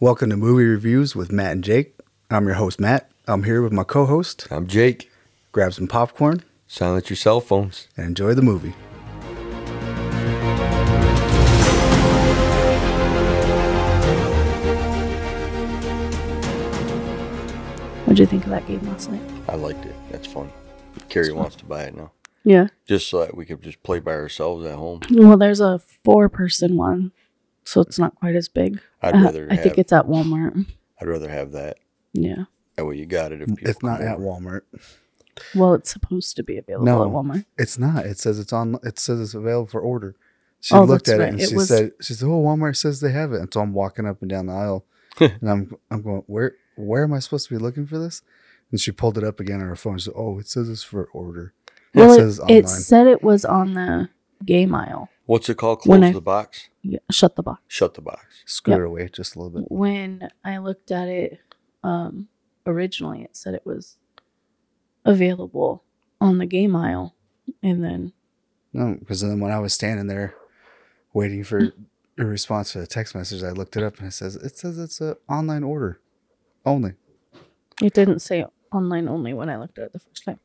Welcome to Movie Reviews with Matt and Jake. I'm your host, Matt. I'm here with my co host. I'm Jake. Grab some popcorn Silence your cell phones. and enjoy the movie. What'd you think of that game last night? I liked it. That's fun. Carrie wants to buy it now. Yeah. Just so that we could just play by ourselves at home. Well, there's a four person one, so it's not quite as big. I'd Uh, rather I have think it's at Walmart. I'd rather have that. Yeah. That way you got it if people It's not come at over. Walmart. Well, it's supposed to be available No. at Walmart. It's not. It says it's on. It says it's available for order. She Oh, looked that's at it right. and It she was- said, "She said, oh, Walmart says they have it." And so I'm walking up and down the aisle, and I'm I'm going, "Where where am I supposed to be looking for this?" And she pulled it up again on her phone. She said, "Oh, it says it's for order." Well, it it, says it online. said it was on the game aisle. What's it called? Close When I- the box? Yeah, shut the box. Shut the box. Scoot Yep. her away just a little bit. When I looked at it um, originally, it said it was available on the game aisle. And then, No, because then when I was standing there waiting for a response to the text message, I looked it up and it says it says it's a online order only. it didn't say online only when I looked at it the first time.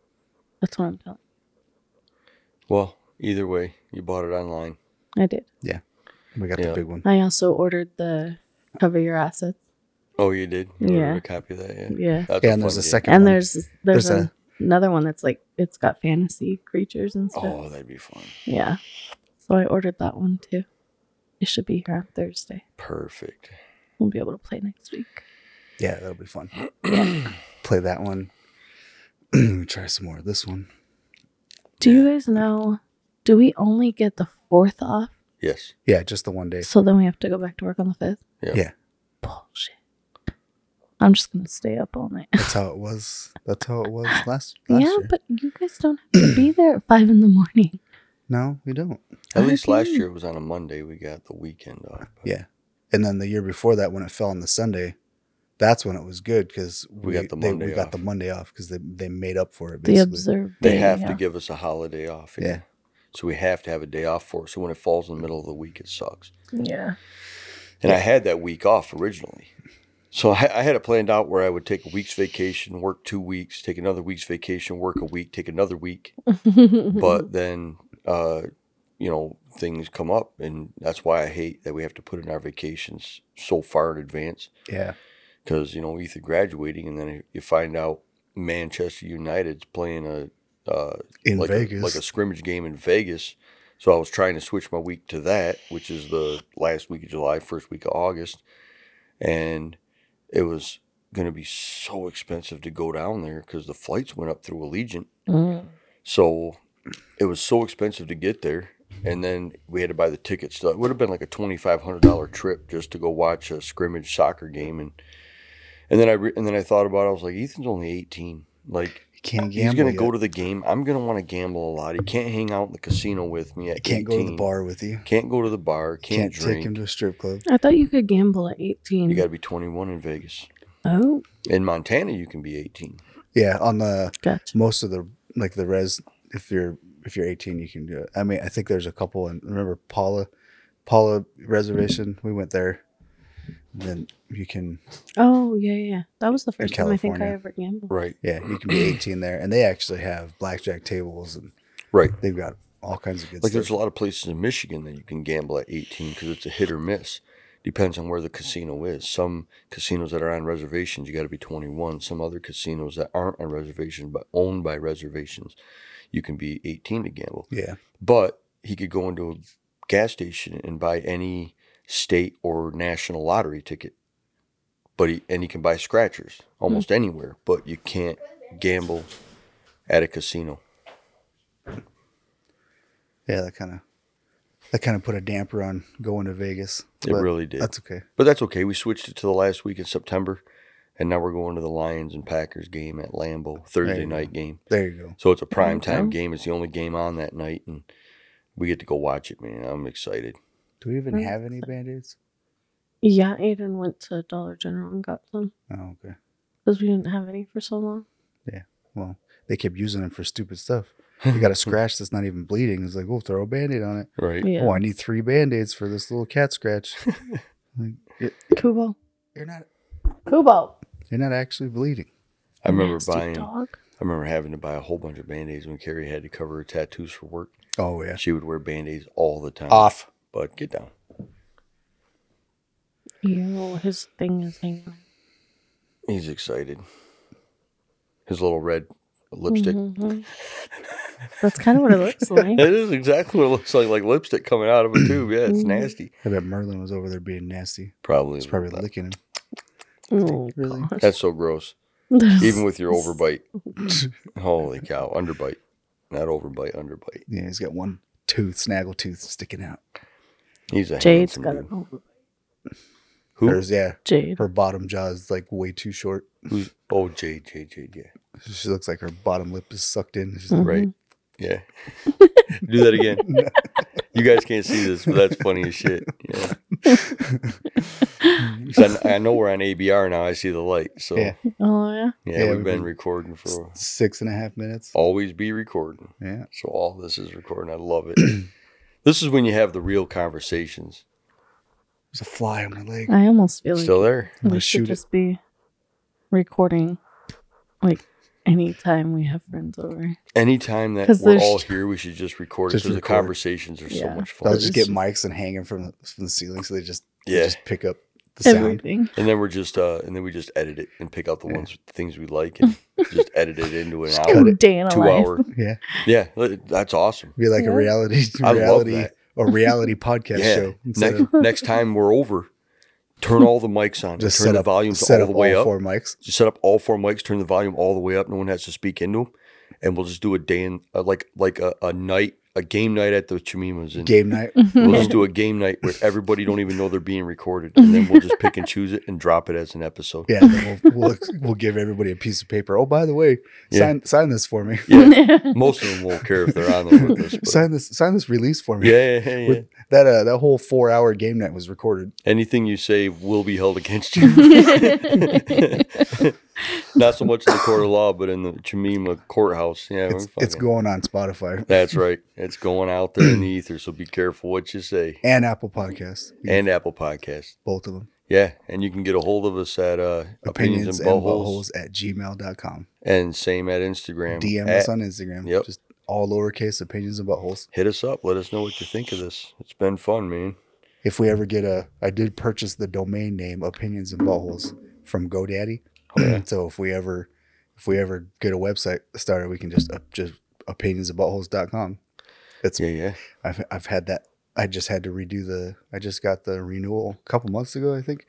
That's what I'm telling Well, either way, you bought it online. you. I did. We got Yeah. the big one. I also ordered the cover your assets. Oh, you did? You ordered Yeah. a copy of that, yeah. Yeah. That's a Yeah, and there's fun a game. second And one. there's there's, There's a- another one that's like it's got fantasy creatures and stuff. Oh, that'd be fun. Yeah. So I ordered that one too. It should be here on Thursday. Perfect. We'll be able to play next week. Yeah, that'll be fun. Play that one. Try some more of this one. Do you guys know do we only get the fourth off? Yes. Yeah, just the one day. So then we have to go back to work on the fifth? Yeah. Yeah. Bullshit. I'm just gonna stay up all night. That's how it was. That's how it was last last yeah, year. but you guys don't have to be there at five in the morning. No, we don't. At least last Okay. year it was on a Monday. We got the weekend off. but Yeah. And then the year before that, when it fell on the Sunday, that's when it was good because We got the we Monday got the off. Monday off because they, they made up for it. They Basically. observe They day, have yeah. to give us a holiday off. Yeah. So we have to have a day off for it. So when it falls in the middle of the week, it sucks. Yeah. And I had that week off originally. So I, I had it planned out where I would take a week's vacation, work two weeks, take another week's vacation, work a week, take another week. But Mm-hmm. then, uh, you know, things come up. And that's why I hate that we have to put in our vacations so far in advance yeah. because, you know, either graduating and then you find out Manchester United's playing a, uh, In like Vegas. A, like a scrimmage game in Vegas. So I was trying to switch my week to that, which is the last week of July, first week of August, and it was going to be so expensive to go down there because the flights went up through Allegiant. Mm. So it was so expensive to get there, and then we had to buy the tickets. So it would have been like a twenty five hundred dollar trip just to go watch a scrimmage soccer game, and and then I re- and then I thought about it. I was like, Ethan's only eighteen. Like You can't gamble. He's gonna yet. go to the game. I'm gonna want to gamble a lot. He can't hang out in the casino with me. At can't go to the 18. bar with you. Can't go to the bar. Can't, Can't, drink. take him to a strip club. I thought you could gamble at 18. You got to be 21 in Vegas. oh, In Montana, you can be 18. Yeah, on the gotcha. most of the like the res. If you're if you're 18, you can do it. I mean, I think there's a couple. And remember Paula, Paula reservation. We went there. Then you can Oh, yeah, yeah. That was the first time I think I California. ever gambled. Right. yeah you can be 18 there, and they actually have blackjack tables and Right. they've got all kinds of good Like there's a stuff. lot of places in Michigan that you can gamble at 18 because it's a hit or miss. Depends on where the casino is. Some casinos that are on reservations, you got to be 21. Some other casinos that aren't on reservations but owned by reservations, you can be 18 to gamble. Yeah, but he could go into a gas station and buy any state or national lottery ticket. But he and he can buy scratchers almost Hmm. anywhere, but you can't gamble at a casino. yeah, that kind of that kind of put a damper on going to Vegas. It but really did. That's okay. but that's okay. We switched it to the last week in September, and now we're going to the Lions and Packers game at Lambeau Thursday you night game. There you go. So it's a prime time go. game. It's the only game on that night, and we get to go watch it. Man, I'm excited. Do we even Mm. have any band aids? Yeah, Aiden went to Dollar General and got some Oh, okay. because we didn't have any for so long. Well, they kept using them for stupid stuff. You got a scratch that's not even bleeding. It's like, oh, throw a band aid on it. right? Yeah. Oh, I need three band aids for this little cat scratch. like, Kubo. You're not. Kubo. You're not actually bleeding. I remember nasty buying. Dog. I remember having to buy a whole bunch of band aids when Carrie had to cover her tattoos for work. Oh yeah. She would wear band aids all the time. Off. But get down. Ew, his thing is hanging. out. He's excited. His little red lipstick. Mhm. Mm-hmm. That's kind of what it looks like. It is exactly what it looks like, like lipstick coming out of a tube. Yeah, it's Mhm. nasty. I bet Merlin was over there being nasty. Probably. He's probably not. licking him. Oh, Really? gosh. That's so gross. That's- Even with your overbite. Holy cow. Underbite. Not overbite, underbite. Yeah, he's got one tooth, snaggle tooth sticking out. He's a Jade's handsome got dude. an oh, over. Who? Hers, yeah, Jade. her bottom jaw is like way too short. Who's, oh, Jade, Jade, Jade. Yeah. She looks like her bottom lip is sucked in. She's Mhm. Right. Yeah. Mm-hmm. Do that again. You guys can't see this, but that's funny as shit. Yeah. like- "Hmm, 'Cause I, I know we're on ABR now. I see the light. So, yeah, Yeah. Oh yeah. Yeah, we've we've been been- recording for six and a half minutes. always be recording. Yeah. So all this is recording. I love it. this is when you have the real conversations. There's a fly on my leg. I almost feel like Still there? I'm we gonna should shoot it. just be recording, like anytime we have friends over. Anytime that 'Cause we're there's- all here, we should just record it Just because the record. conversations are so Yeah. much I'll fun. just get mics and hang them from the, from the ceiling so they just they Yeah. just pick up the sound. Everything. And then we're just uh and then we just edit it and pick out the Yeah. ones things we like and just edit it into an Just hour, cut it. Day in a two life. hour. Yeah. Yeah, li- that's awesome. Be like Yeah. a reality I love reality that. a reality podcast yeah. show. Instead Next, of next time we're over, turn all the mics on. just Just turn set the up volumes set all up the way all up. four mics. Just set up all four mics, turn the volume all the way up. No one has to speak into them, and we'll just do a day in uh, like like a, a night a game night at the Chimimas and Game night. we'll just do a game night where everybody don't even know they're being recorded, and then we'll just pick and choose it and drop it as an episode. Yeah, then we'll, we'll we'll give everybody a piece of paper. Oh, by the way, Yeah. sign sign this for me. Yeah. Most of them won't care if they're on there with us. but- Sign this sign this release for me. Yeah, yeah, yeah. With- That uh that whole four hour game night was recorded. Anything you say will be held against you. Not so much in the court of law, but in the Chimima courthouse. Yeah, It's we're it's fucking- going on Spotify That's right. It's going out there in the ether, so be careful what you say. and Apple Podcasts. And Apple Podcast. both of them. Yeah, and you can get a hold of us at uh, Opinions, opinions, and and buttholes, buttholes at gmail.com. and same at Instagram. DM at- us on Instagram. Yep. Just all lowercase opinions and buttholes. Hit us up. Let us know what you think of this. It's been fun, man. If we ever get a, I did purchase the domain name opinions and buttholes from GoDaddy. Oh, so if we ever, if we ever get a website started, we can just up just opinions and buttholes.com. It's Yeah, yeah. I've I've had that. I just had to redo the. I just got the renewal a couple months ago, I think.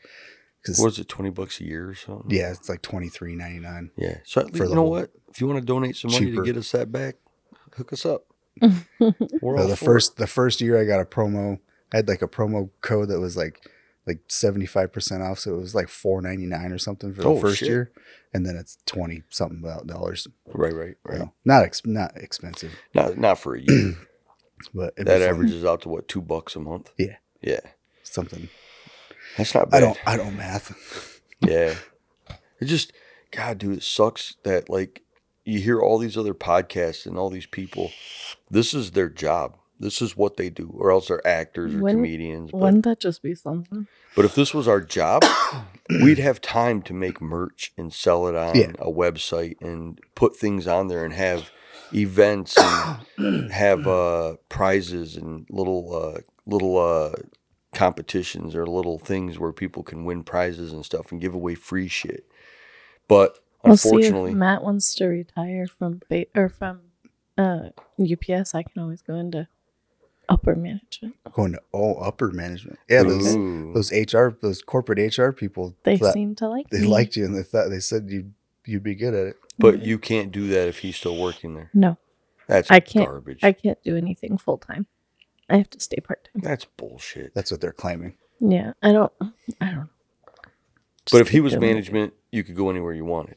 Because What is it, 20 bucks a year or something? yeah, it's like twenty three ninety nine. Yeah. So at For least, the you know whole- what? If you want to donate some money Cheaper. to get us that back, hook us up. We're So all the for it. first the first year I got a promo. I had like a promo code that was like like seventy five percent off, so it was like four ninety nine or something for Oh, the first shit. year, and then it's twenty something about dollars. Right, right, right. Well, not ex- not expensive, Not not for a year. but it'd be that fun. averages out to what, two bucks a month? Yeah. Yeah. something. That's not I bad. don't I don't math. Yeah. It just, God, dude, it sucks that like you hear all these other podcasts and all these people. This is their job. This is what they do, or else they're actors or When- comedians. But, Wouldn't that just be something? but if this was our job, we'd have time to make merch and sell it on Yeah. a website and put things on there and have events and have uh, prizes and little uh, little uh, competitions or little things where people can win prizes and stuff and give away free shit. But We'll see if unfortunately, Matt wants to retire from ba- or from uh, UPS. I can always go into upper management. Going to all upper management. Yeah, those Ooh. those HR those corporate HR people They thought- seem to like they me. liked you and they thought they said you you'd be good at it. but you can't do that if he's still working there. No, That's I can't- garbage. I can't do anything full time. I have to stay part time. That's bullshit. That's what they're claiming. Yeah, I don't. I don't. but Just if he keep was doing it. management, you could go anywhere you wanted.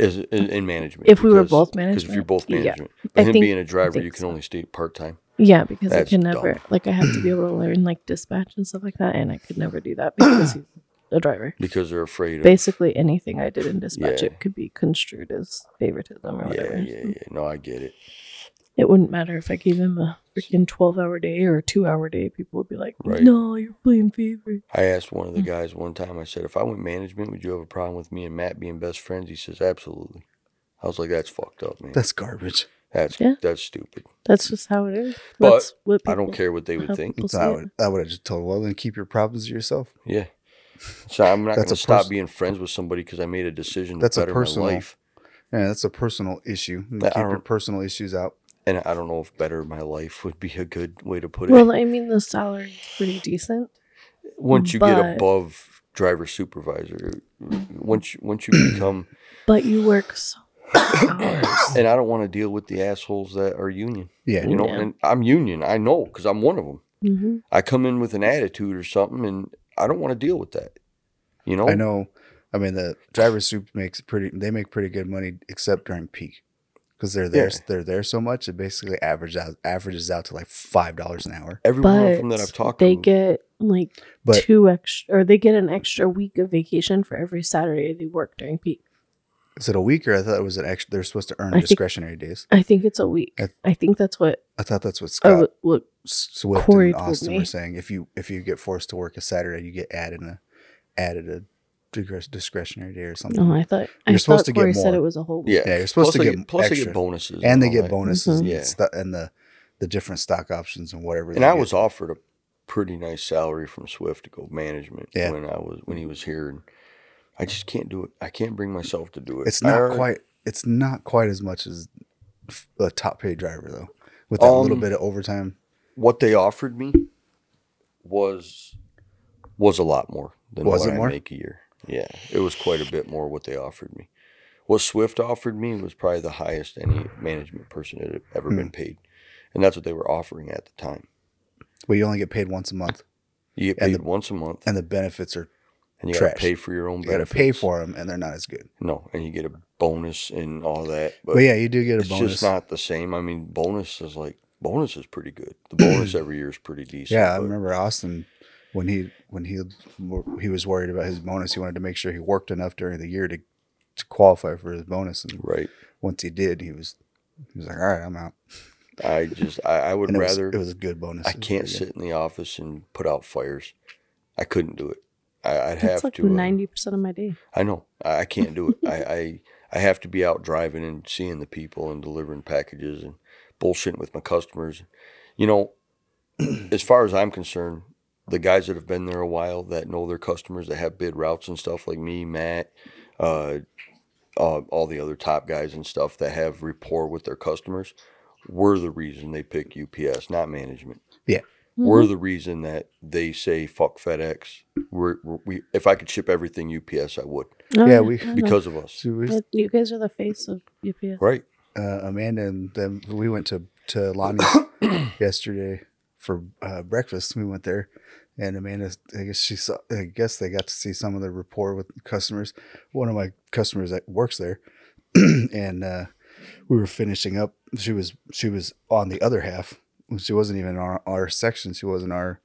As, in, in management, If we were both because if you're management, both yeah. management, I him think- being a driver, think you can so. only stay part time. Yeah, because I That's could never dumb. like I have to be able to learn like dispatch and stuff like that, and I could never do that because he's a driver. because they're afraid of Basically, anything I did in dispatch, Yeah. it could be construed as favoritism or yeah whatever. yeah yeah no i get it It wouldn't matter if I gave him a freaking 12 hour day or a two hour day, people would be like, Right. no, you're playing favorite. I asked one of the Mm. guys one time, I said, if I went management, would you have a problem with me and Matt being best friends? He says, absolutely. I was like, that's fucked up, man. That's garbage. That's Yeah. that's stupid. That's just how it is. But That's what I don't people- care what they would how think. people So see I it. would, I would have just told, well, then keep your problems to yourself. Yeah. So I'm That's not going a to stop pers- being friends with somebody because I made a decision That's a to better personal- my life. Yeah, that's a personal issue. You I Keep your don't- personal issues out. And I don't know if better my life would be a good way to put it. Well, I mean, the salary is pretty decent. once you but- get above driver supervisor, once you, once you become, But you work so many hours. and I don't want to deal with the assholes that are union. Yeah. You know, Yeah. and I'm union. I know because I'm one of them. Mhm. I come in with an attitude or something, and I don't want to deal with that. You know, I know. I mean, the driver soup makes pretty. They make pretty good money, except during peak, because they're there. Yeah. They're there so much it basically averages out averages out to like five dollars an hour. every one of them that But I've talked They to. get like Um, But two extra, or they get an extra week of vacation for every Saturday they work during peak. is it a week or I thought it was an extra? They're supposed to earn I think- discretionary days. I think it's a week. I- I think that's what. I thought that's what Scott Oh, look, Swift Corey and told Austin me. were saying. If you if you get forced to work a Saturday, you get added a added a digres- discretionary day or something. no, I thought I You're supposed thought to get Corey said more. it was a whole week. yeah. Yeah, you're supposed plus to they get plus they extra. get bonuses and they all get that. bonuses Mhm. and, Yeah. stu- and the the different stock options and whatever. And they I get. was offered a pretty nice salary from Swift to go management Yeah. when I was when he was here, and I just can't do it. I can't bring myself to do it. It's I not already- quite. It's not quite as much as f- a top paid driver though, with that little Um, bit of overtime. what they offered me was was a lot more than Was what it I more? make a year. Yeah, it was quite a bit more what they offered me. What Swift offered me was probably the highest any management person had ever Hmm. been paid, and that's what they were offering at the time. But you only get paid once a month, You get And paid the- once a month, and and, the benefits are you got to trash. pay for your own. you got to pay benefits. for them, and they're not as good. no, and you get a bonus and all that. But, yeah, you do get a it's bonus. just not the same. I mean, bonus is like bonus is pretty good. The bonus every year is pretty decent. yeah, I but- remember Austin when he when he he was worried about his bonus. He wanted to make sure he worked enough during the year to to qualify for his bonus. And Right. once he did, he was he was like, "All right, I'm out." I just I, I would And it was- rather it was, a good bonus. I It was can't pretty good. sit in the office and put out fires. I couldn't do it. I, I'd That's have like to. uh, ninety percent of my day. I know. I, I can't do it. I, I I have to be out driving and seeing the people and delivering packages and bullshitting with my customers. You know, as far as I'm concerned, the guys that have been there a while that know their customers that have bid routes and stuff like me, Matt, uh, uh, all the other top guys and stuff that have rapport with their customers, were the reason they pick UPS, not management Mm-hmm. we're the reason that they say fuck FedEx. We're, we're- we if I could ship everything UPS, I would Oh, Yeah, we- I know. because of us, So we- But you guys are the face of UPS. right? uh, Amanda and them, we went to to Lonnie yesterday for uh, breakfast. We went there, and Amanda, I guess she saw. I guess they got to see some of the rapport with customers. One of my customers that works there, and uh, we were finishing up. She was she was on the other half. She wasn't even on our section. She wasn't our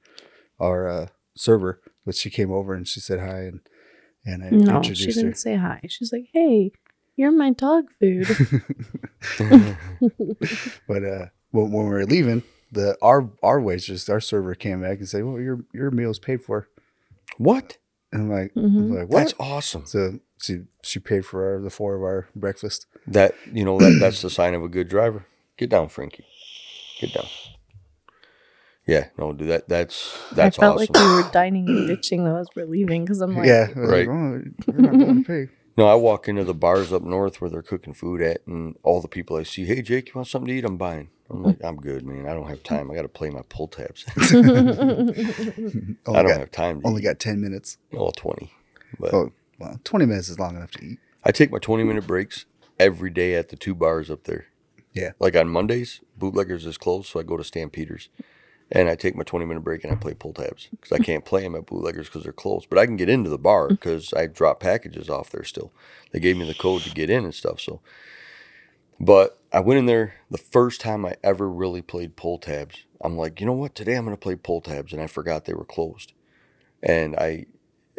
our uh, server, but she came over and she said hi and and I No, she introduced didn't her. say hi. She's like, "Hey, you're my dog food." mm-hmm. But uh, when, when we were leaving, the our our waitress, our server came back and said, "Well, your your meal's paid for." what? And I'm like, Mhm. I'm like what? That's awesome. so she she paid for our, the four of our breakfast. That you know that that's the sign of a good driver. Get down, Frankie. Get down. Yeah, no, dude. That that's that's I felt awesome. like we were dining and bitching though as we're leaving because I'm like, yeah, I was like, Right. "Oh, you're not going to pay. No, I walk into the bars up north where they're cooking food at, and all the people I see, hey, Jake, you want something to eat? I'm buying. Mm-hmm. I'm like, I'm good, man. I don't have time. I got to play my pull tabs. I Only Oh, got, don't have time. To only eat. got ten minutes. all twenty. But Oh, well, twenty minutes is long enough to eat. I take my 20 minute breaks every day at the two bars up there. Yeah. Like on Mondays, Bootleggers is closed, so I go to Stampeders and I take my 20 minute break and I play pull tabs because I can't play them at Bootleggers because they're closed. But I can get into the bar because I drop packages off there still. They gave me the code to get in and stuff. So, but I went in there the first time I ever really played pull tabs. I'm like, you know what? Today I'm going to play pull tabs. And I forgot they were closed. And I,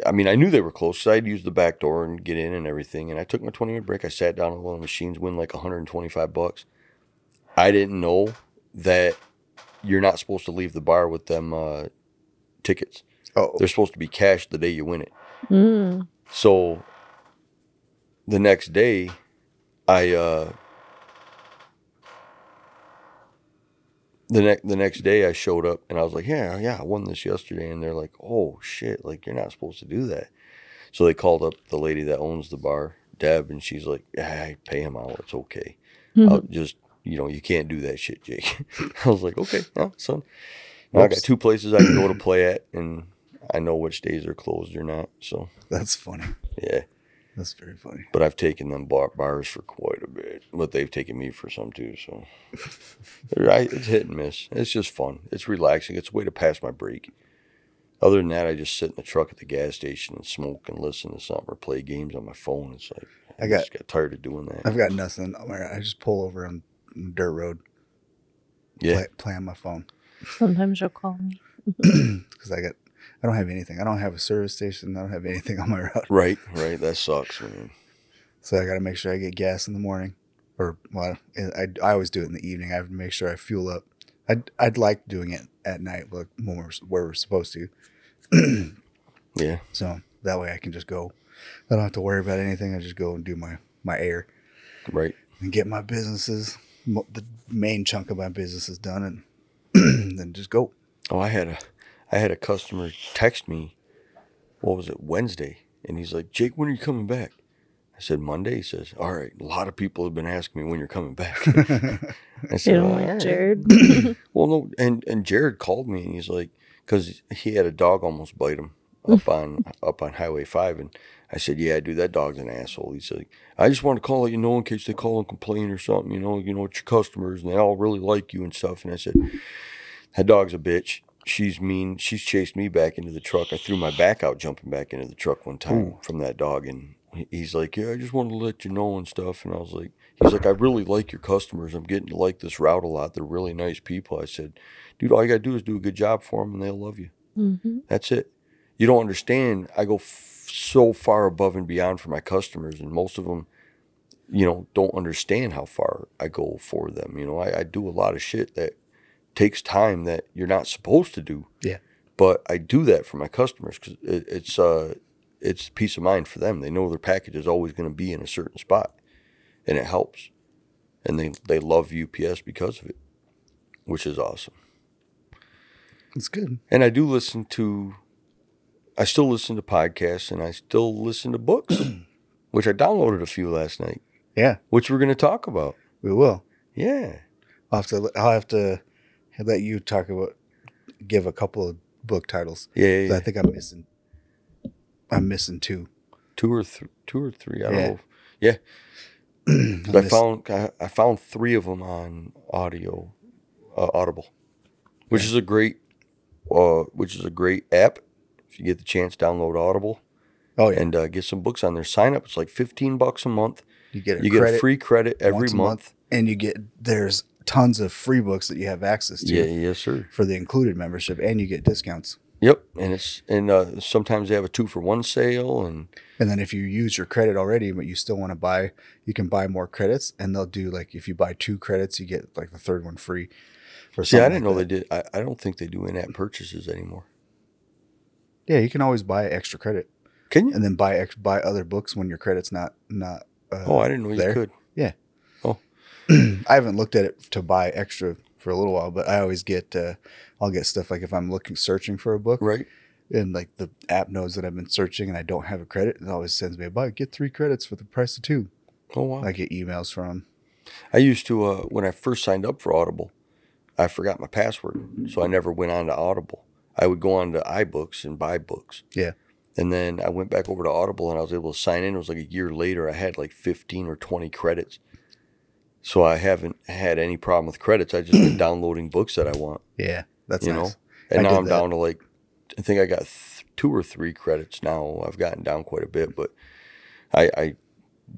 I mean, I knew they were close because I'd use the back door and get in and everything. And I took my 20 minute break. I sat down at one of the machines, win like 125 bucks. I didn't know that you're not supposed to leave the bar with them uh, tickets. Oh, They're supposed to be cashed the day you win it. Mm. So the next day, I uh, the next the next day I showed up and I was like, yeah, yeah, I won this yesterday, and they're like, oh shit, like you're not supposed to do that. So they called up the lady that owns the bar, Deb, and she's like, yeah, I pay him out, it's okay. I'll just you know you can't do that shit, Jake. I was like, okay, no, son. Now I got Whoops. two places I can go to play at, and I know which days are closed or not. So that's funny. yeah That's very funny. but I've taken them bar- bars for quite a bit, but they've taken me for some too. So, right, it's hit and miss. It's just fun. It's relaxing. It's a way to pass my break. Other than that, I just sit in the truck at the gas station and smoke and listen to something or play games on my phone. It's like I, I got- just got tired of doing that. I've got nothing. I'm all right. I just pull over on the dirt road, yeah, play, play on my phone Sometimes you'll call me. because I got. I don't have anything. I don't have a service station. I don't have anything on my route. right, right. That sucks, man. So I got to make sure I get gas in the morning, or well, I, I, I always do it in the evening. I have to make sure I fuel up. I'd I'd like doing it at night, like when we're where we're supposed to. Yeah. So that way I can just go. I don't have to worry about anything. I just go and do my my air Right. and get my businesses, mo- the main chunk of my business is done, and then just go. Oh, I had a, I had a customer text me, what was it Wednesday, and he's like, Jake, when are you coming back? I said Monday. He says, All right. A lot of people have been asking me when you're coming back. I You said, don't "All like right." Jared. Well, no, and and Jared called me and he's like, because he had a dog almost bite him up on up on Highway Five, and I said, yeah, dude, that dog's an asshole. He's like, I just want to call let you know in case they call and complain or something, you know, you know, it's your customers and they all really like you and stuff. And I said, that dog's a bitch. She's mean. She's chased me back into the truck. I threw my back out jumping back into the truck one time Ooh. from that dog, and he- he's like, yeah, I just want to let you know and stuff. And I was like. He's like, I really like your customers. I'm getting to like this route a lot. They're really nice people. I said, dude, all you got to do is do a good job for them and they'll love you. Mhm. That's it. You don't understand. I go f- so far above and beyond for my customers, and most of them, you know, don't understand how far I go for them. You know, I, I do a lot of shit that takes time that you're not supposed to do. Yeah. But I do that for my customers because it, it's uh, it's peace of mind for them. They know their package is always going to be in a certain spot, and it helps. And they they love UPS because of it, which is awesome It's good. and I do listen to, I still listen to podcasts and I still listen to books, which I downloaded a few last night, Yeah, which we're going to talk about. we will. Yeah. I'll have to. I'll have to let you talk about give a couple of book titles. Yeah. yeah, 'Cause yeah. I think I'm missing. I'm missing two. two or three, two or three. I don't Yeah. know. Yeah. I'm 'Cause I miss- found, I, I found three of them on audio, uh, audible, which is a great, uh, which is a great app. If you get the chance, download audible Oh yeah, and uh, get some books on there. Sign up. It's like 15 bucks a month. you get a You credit get a free credit every once a month. and you get there's tons of free books that you have access to Yeah. Yes, sir. for the included membership, and you get discounts. Yep, and it's and uh, sometimes they have a two for one sale, and And then if you use your credit already, but you still want to buy, you can buy more credits, and they'll do like if you buy two credits, you get like the third one free. Or see, I something like didn't know that. Hmm. they did. I, I don't think they do in app purchases anymore. Yeah, you can always buy extra credit, Can you? and then buy ex- buy other books when your credit's not not. Uh, Oh, I didn't know there. you could. I haven't looked at it to buy extra for a little while, but I always get uh, I'll get stuff like if I'm looking searching for a book, Right? and like the app knows that I've been searching and I don't have a credit, it always sends me a buy get three credits for the price of two. Oh wow! I get emails from I used to uh, when I first signed up for Audible, I forgot my password, so I never went on to Audible. I would go on to iBooks and buy books. Yeah. And then I went back over to Audible and I was able to sign in. It was like a year later. I had like fifteen or twenty credits, so I haven't had any problem with credits. I just been downloading books that I want. yeah, that's You nice. know? And I now did I'm that. down to like, I think I got th- two or three credits now. I've gotten down quite a bit, but I, I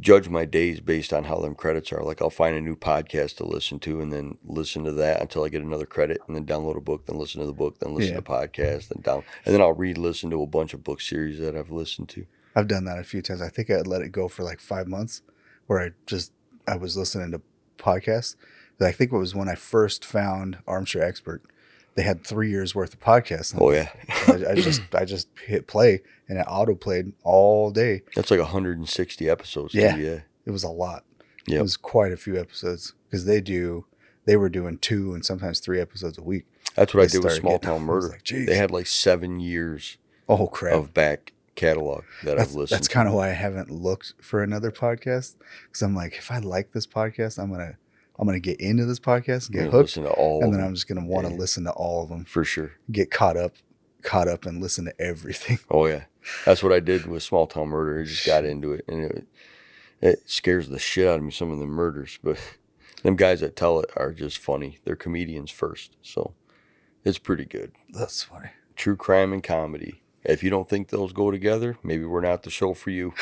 judge my days based on how them credits are. Like I'll find a new podcast to listen to and then listen to that until I get another credit and then download a book, then listen to the book, then listen Yeah. to podcast, then down, and then I'll re-listen to a bunch of book series that I've listened to. I've done that a few times. I think I let it go for like five months, where I just I was listening to podcasts. I think it was when I first found Armchair Expert, they had three years worth of podcasts. in Oh yeah, I, I just I just hit play and it auto played all day. that's like 160 episodes. too, Yeah. yeah. It was a lot. Yep. It was quite a few episodes because they do they were doing two and sometimes three episodes a week. That's what I They did with started Small getting- Town I was Murder. like, "Jeez." they had like seven years Oh crap! of back catalog that that's I've listened. that's kind of why I haven't looked for another podcast because I'm like, if I like this podcast, I'm gonna I'm gonna get into this podcast and to. get I've hooked, listened to all and of then them, I'm just gonna want to Yeah. listen to all of them, for sure. get caught up, caught up, and listen to everything. Oh yeah, that's what I did with Small Town Murder. I just got into it, and it it scares the shit out of me. Some of the murders, but them guys that tell it are just funny. They're comedians first, so it's pretty good. That's funny. True crime and comedy. If you don't think those go together, maybe we're not the show for you.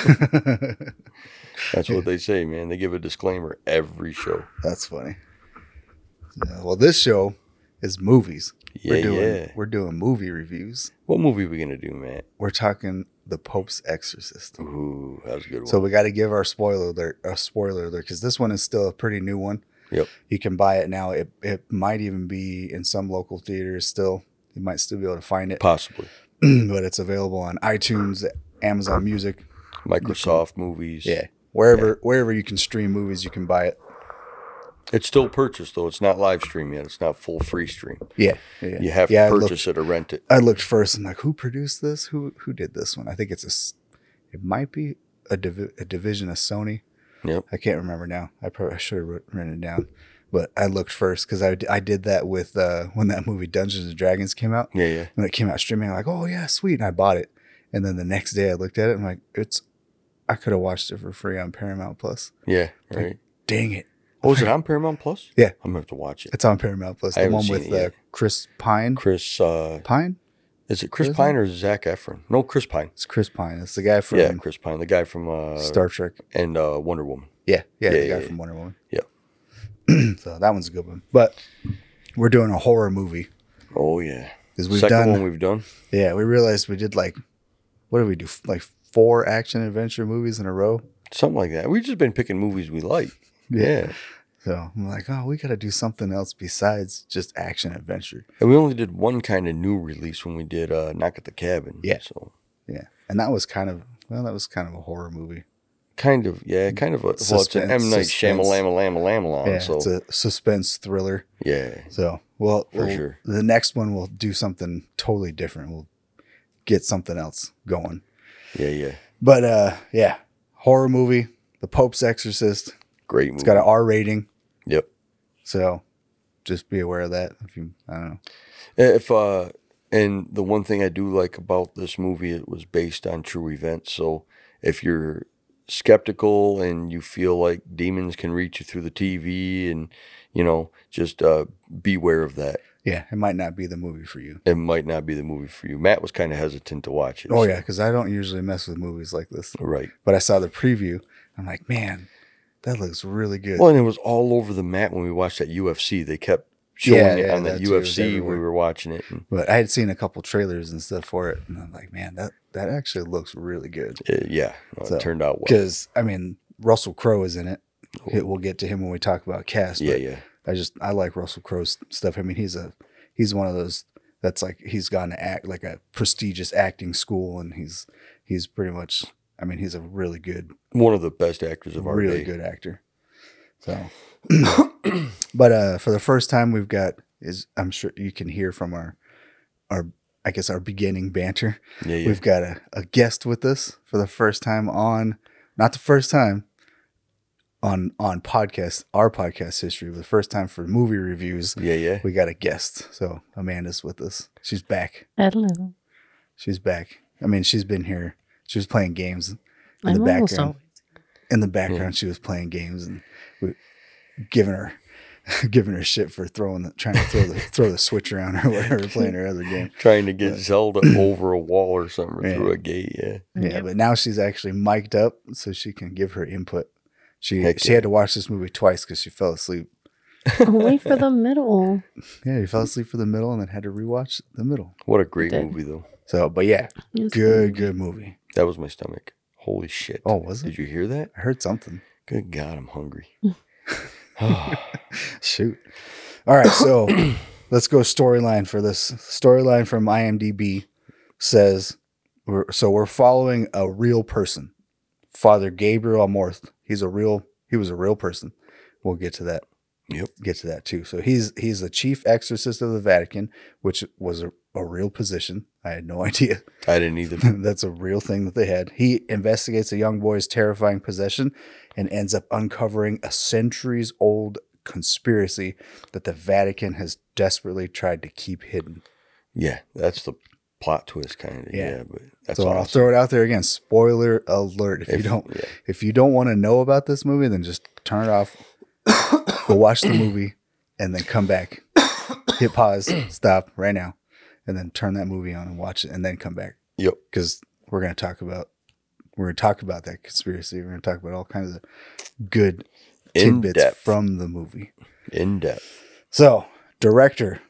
That's what they say, man. They give a disclaimer every show. That's funny. Yeah, well, this show is movies. Yeah, we're doing yeah. we're doing movie reviews. What movie are we gonna do, Matt? We're talking The Pope's Exorcist. Ooh, that was a good one. So we got to give our spoiler alert, a spoiler alert, because this one is still a pretty new one. Yep. You can buy it now. It it might even be in some local theaters still. You might still be able to find it, Possibly but it's available on iTunes, Amazon Music, Microsoft movies. yeah, wherever wherever you can stream movies, you can buy it. it's still purchased though. It's not live stream yet. It's not full free stream. Yeah, yeah. You have Yeah, I to looked- purchase it or rent it. I looked first. I'm like, who produced this? Who who did this one? I think it's a, s- it might be a, divi- a division of Sony. Yep. I can't remember now. I probably should have written it down, but I looked first because I, d- I did that with uh, when that movie Dungeons and Dragons came out. Yeah, yeah. When it came out streaming, I'm like, oh yeah, sweet, and I bought it. And then the next day, I looked at it. and I'm like, it's I could have watched it for free on Paramount Plus. Yeah. Like- Right. Dang it, Oh, is it on Paramount Plus? Yeah. I'm gonna have to watch it. it's on Paramount Plus. I The haven't one seen with it uh, yet. Chris Pine. Chris uh Pine? is it Chris Chris Pine or Zach Efron? No, Chris Pine. It's Chris Pine. It's the guy from yeah, Chris Pine, the guy from uh Star Trek. and uh Wonder Woman. Yeah, yeah, Yeah, the guy yeah, from Wonder Woman. Yep. so that one's a good one. But we're doing a horror movie Oh yeah. because we've Second done. one we've done. yeah, we realized we did like, what did we do? Like four action adventure movies in a row. Something like that. We've just been picking movies we like. Yeah. So I'm like, oh, we got to do something else besides just action adventure. And we only did one kind of new release when we did uh Knock at the Cabin. Yeah. So And that was kind of well, that was kind of a horror movie. kind of yeah, kind of a well it's an Suspense, M night suspense. Shyamalama Lama Lama Lama. yeah, so it's a suspense thriller. yeah. So well, For we'll- sure. the next one we'll do something totally different. We'll get something else going. Yeah, yeah. But uh yeah, horror movie, The Pope's Exorcist. Great movie. It's got an R rating. Yep. So just be aware of that. If you, I don't know. If uh, and the one thing I do like about this movie, it was based on true events. So if you're skeptical and you feel like demons can reach you through the TV, and you know, just uh, beware of that. Yeah, it might not be the movie for you. It might not be the movie for you. Matt was kind of hesitant to watch it. Oh yeah, because I don't usually mess with movies like this. right. But I saw the preview. I'm like, man, that looks really good. Well, and it was all over the map when we watched that UFC. They kept showing Yeah, it yeah, on the that too, it was UFC. when We everywhere. were watching it. And but I had seen a couple trailers and stuff for it, and I'm like, man, that that actually looks really good. it- uh, yeah, no, So, it turned out well. Because I mean, Russell Crowe is in it. It- We'll get to him when we talk about cast. Yeah, but yeah, I just I like Russell Crowe's stuff. I mean, he's a he's one of those that's like he's gone to act like a prestigious acting school, and he's he's pretty much. I mean, he's a really good, one of the best actors of our really day. good actor. So, but uh, for the first time, we've got is I'm sure you can hear from our our I guess our beginning banter. Yeah, yeah. We've got a, a guest with us for the first time on not the first time on on podcast our podcast history, but the first time for movie reviews. yeah, yeah. We got a guest. So Amanda's with us. She's back. Hello. She's back. I mean, she's been here. She was playing games in I'm the almost background. In the background, she was playing games and we giving her giving her shit for throwing the trying to throw the throw the switch around or whatever, playing her other game. trying to get But- Zelda over a wall or something or Yeah. through a gate. Yeah, Yeah, but now she's actually mic'd up so she can give her input. She Heck she had to watch this movie twice because she fell asleep. Only for the middle. Yeah, you fell asleep for the middle and then had to rewatch the middle. what a great Did. movie though. So, but yeah, Yes. good good movie. That was my stomach. Holy shit! Oh, was it? Did you hear that? I heard something. Good God, I'm hungry. Shoot. All right, so let's go storyline for this storyline from IMDb says we're, so we're following a real person, Father Gabriel Amorth. He's a real he was a real person. We'll get to that. Yep. Get to that too. So he's he's the chief exorcist of the Vatican, which was a, a real position. I had no idea. I didn't either. That's a real thing that they had. He investigates a young boy's terrifying possession and ends up uncovering a centuries old conspiracy that the Vatican has desperately tried to keep hidden. Yeah, that's the plot twist kind of. Yeah. Yeah. but that's so all I'll throw it out there again. Spoiler alert. If, If- you don't yeah. if you don't want to know about this movie, then just turn it off. go watch the movie and then come back. Hit pause, stop right now, and then turn that movie on and watch it and then come back. Yep. Because we're gonna talk about we're gonna talk about that conspiracy. We're gonna talk about all kinds of good in tidbits depth. from the movie. in depth. So, director,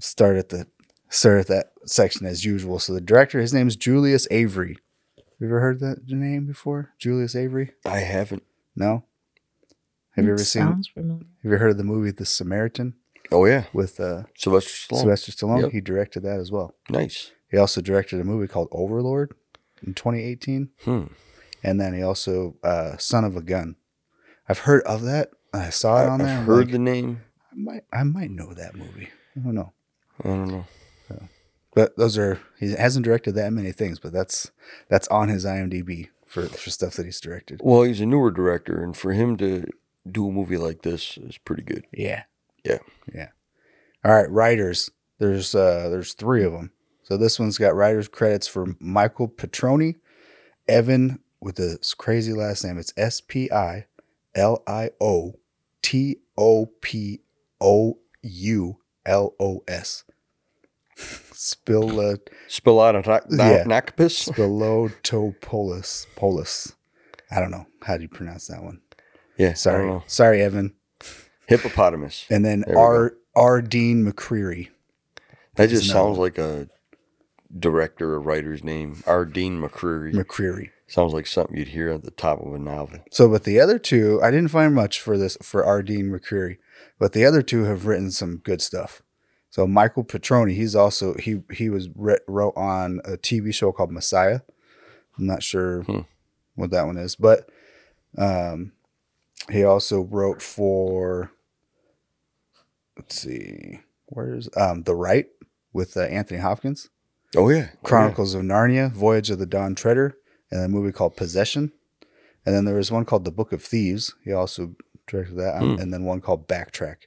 start at the start at that section as usual. So the director, his name's Julius Avery. You ever heard that name before? Julius Avery? I haven't. No. Have you It ever seen? Have Sounds familiar. you heard of the movie The Samaritan Oh yeah, with uh, Sylvester Stallone. Sylvester Stallone? Yep. He directed that as well. Nice. He also directed a movie called Overlord in 2018, Hmm. and then he also uh, Son of a Gun. I've heard of that. I saw it I, on have there. I'm heard like, the name. I might, I might know that movie. I don't know. I don't know. But those are he hasn't directed that many things, but that's that's on his IMDb for, for stuff that he's directed. Well, he's a newer director, and for him to do a movie like this is pretty good. Yeah. Yeah. Yeah. All right, writers. There's uh there's three of them. So this one's got writers credits for Michael Petroni, Evan with this crazy last name. It's S P I L I O T O P O U L O S. Spilla Spill out on Yeah. Nakapis. Spilotopoulos. Polis. I don't know how do you pronounce that one. Yeah, I don't Sorry. know. Sorry, Evan. Hippopotamus. And then There we R R Dean McCreary. That He's just another sounds one. like a director or writer's name. R. Dean McCreary. McCreary. sounds like something you'd hear at the top of a novel. So, but the other two, I didn't find much for this for R. Dean McCreary, but the other two have written some good stuff. So Michael Petroni, he's also he he was re- wrote on a TV show called Messiah. I'm not sure Hmm. what that one is, but um, he also wrote for let's see, where's um the right with uh, Anthony Hopkins, Oh yeah, Chronicles of Narnia, Voyage of the Dawn Treader, and a movie called Possession. And then there was one called The Book of Thieves. He also directed that, um, Hmm. and then one called Backtrack.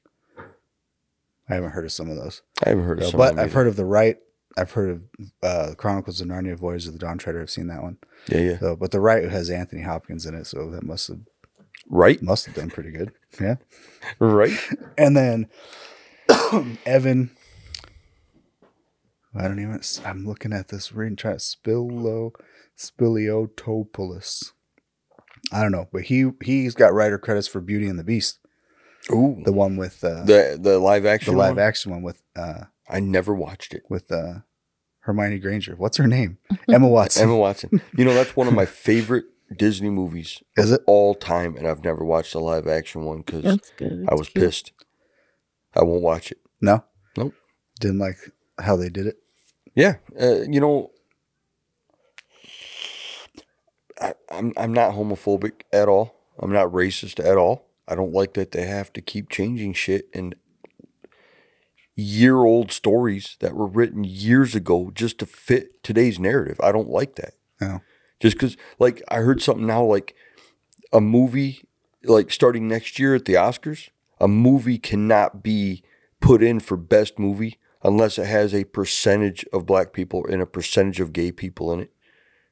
I haven't heard of some of those, I haven't heard of. some of but them I've heard of The Right. I've heard of uh, Chronicles of Narnia, Voyage of the Dawn Treader. I've seen that one. either. Yeah, yeah. So, but The Right has Anthony Hopkins in it, so that must have Right, must have done pretty good. Yeah. right. And then Evan. I don't even. I'm looking at this reading trying to Spillo Spiliotopoulos. I don't know, but he he's got writer credits for Beauty and the Beast, Ooh, the one with uh, the, the the live action. live one? action one with uh, I never watched it. with uh, Hermione Granger. What's her name? Emma Watson. Emma Watson. You know that's one of my favorite Disney movies Is it? all time, and I've never watched the live action one because That's good. I It's was cute. pissed. I won't watch it. No. Nope. Didn't like how they did it. Yeah, uh, you know, I, I'm I'm not homophobic at all. I'm not racist at all. I don't like that they have to keep changing shit and year old stories that were written years ago just to fit today's narrative. I don't like that. No. Just because, like, I heard something now, like a movie, like starting next year at the Oscars, a movie cannot be put in for best movie unless it has a percentage of black people and a percentage of gay people in it.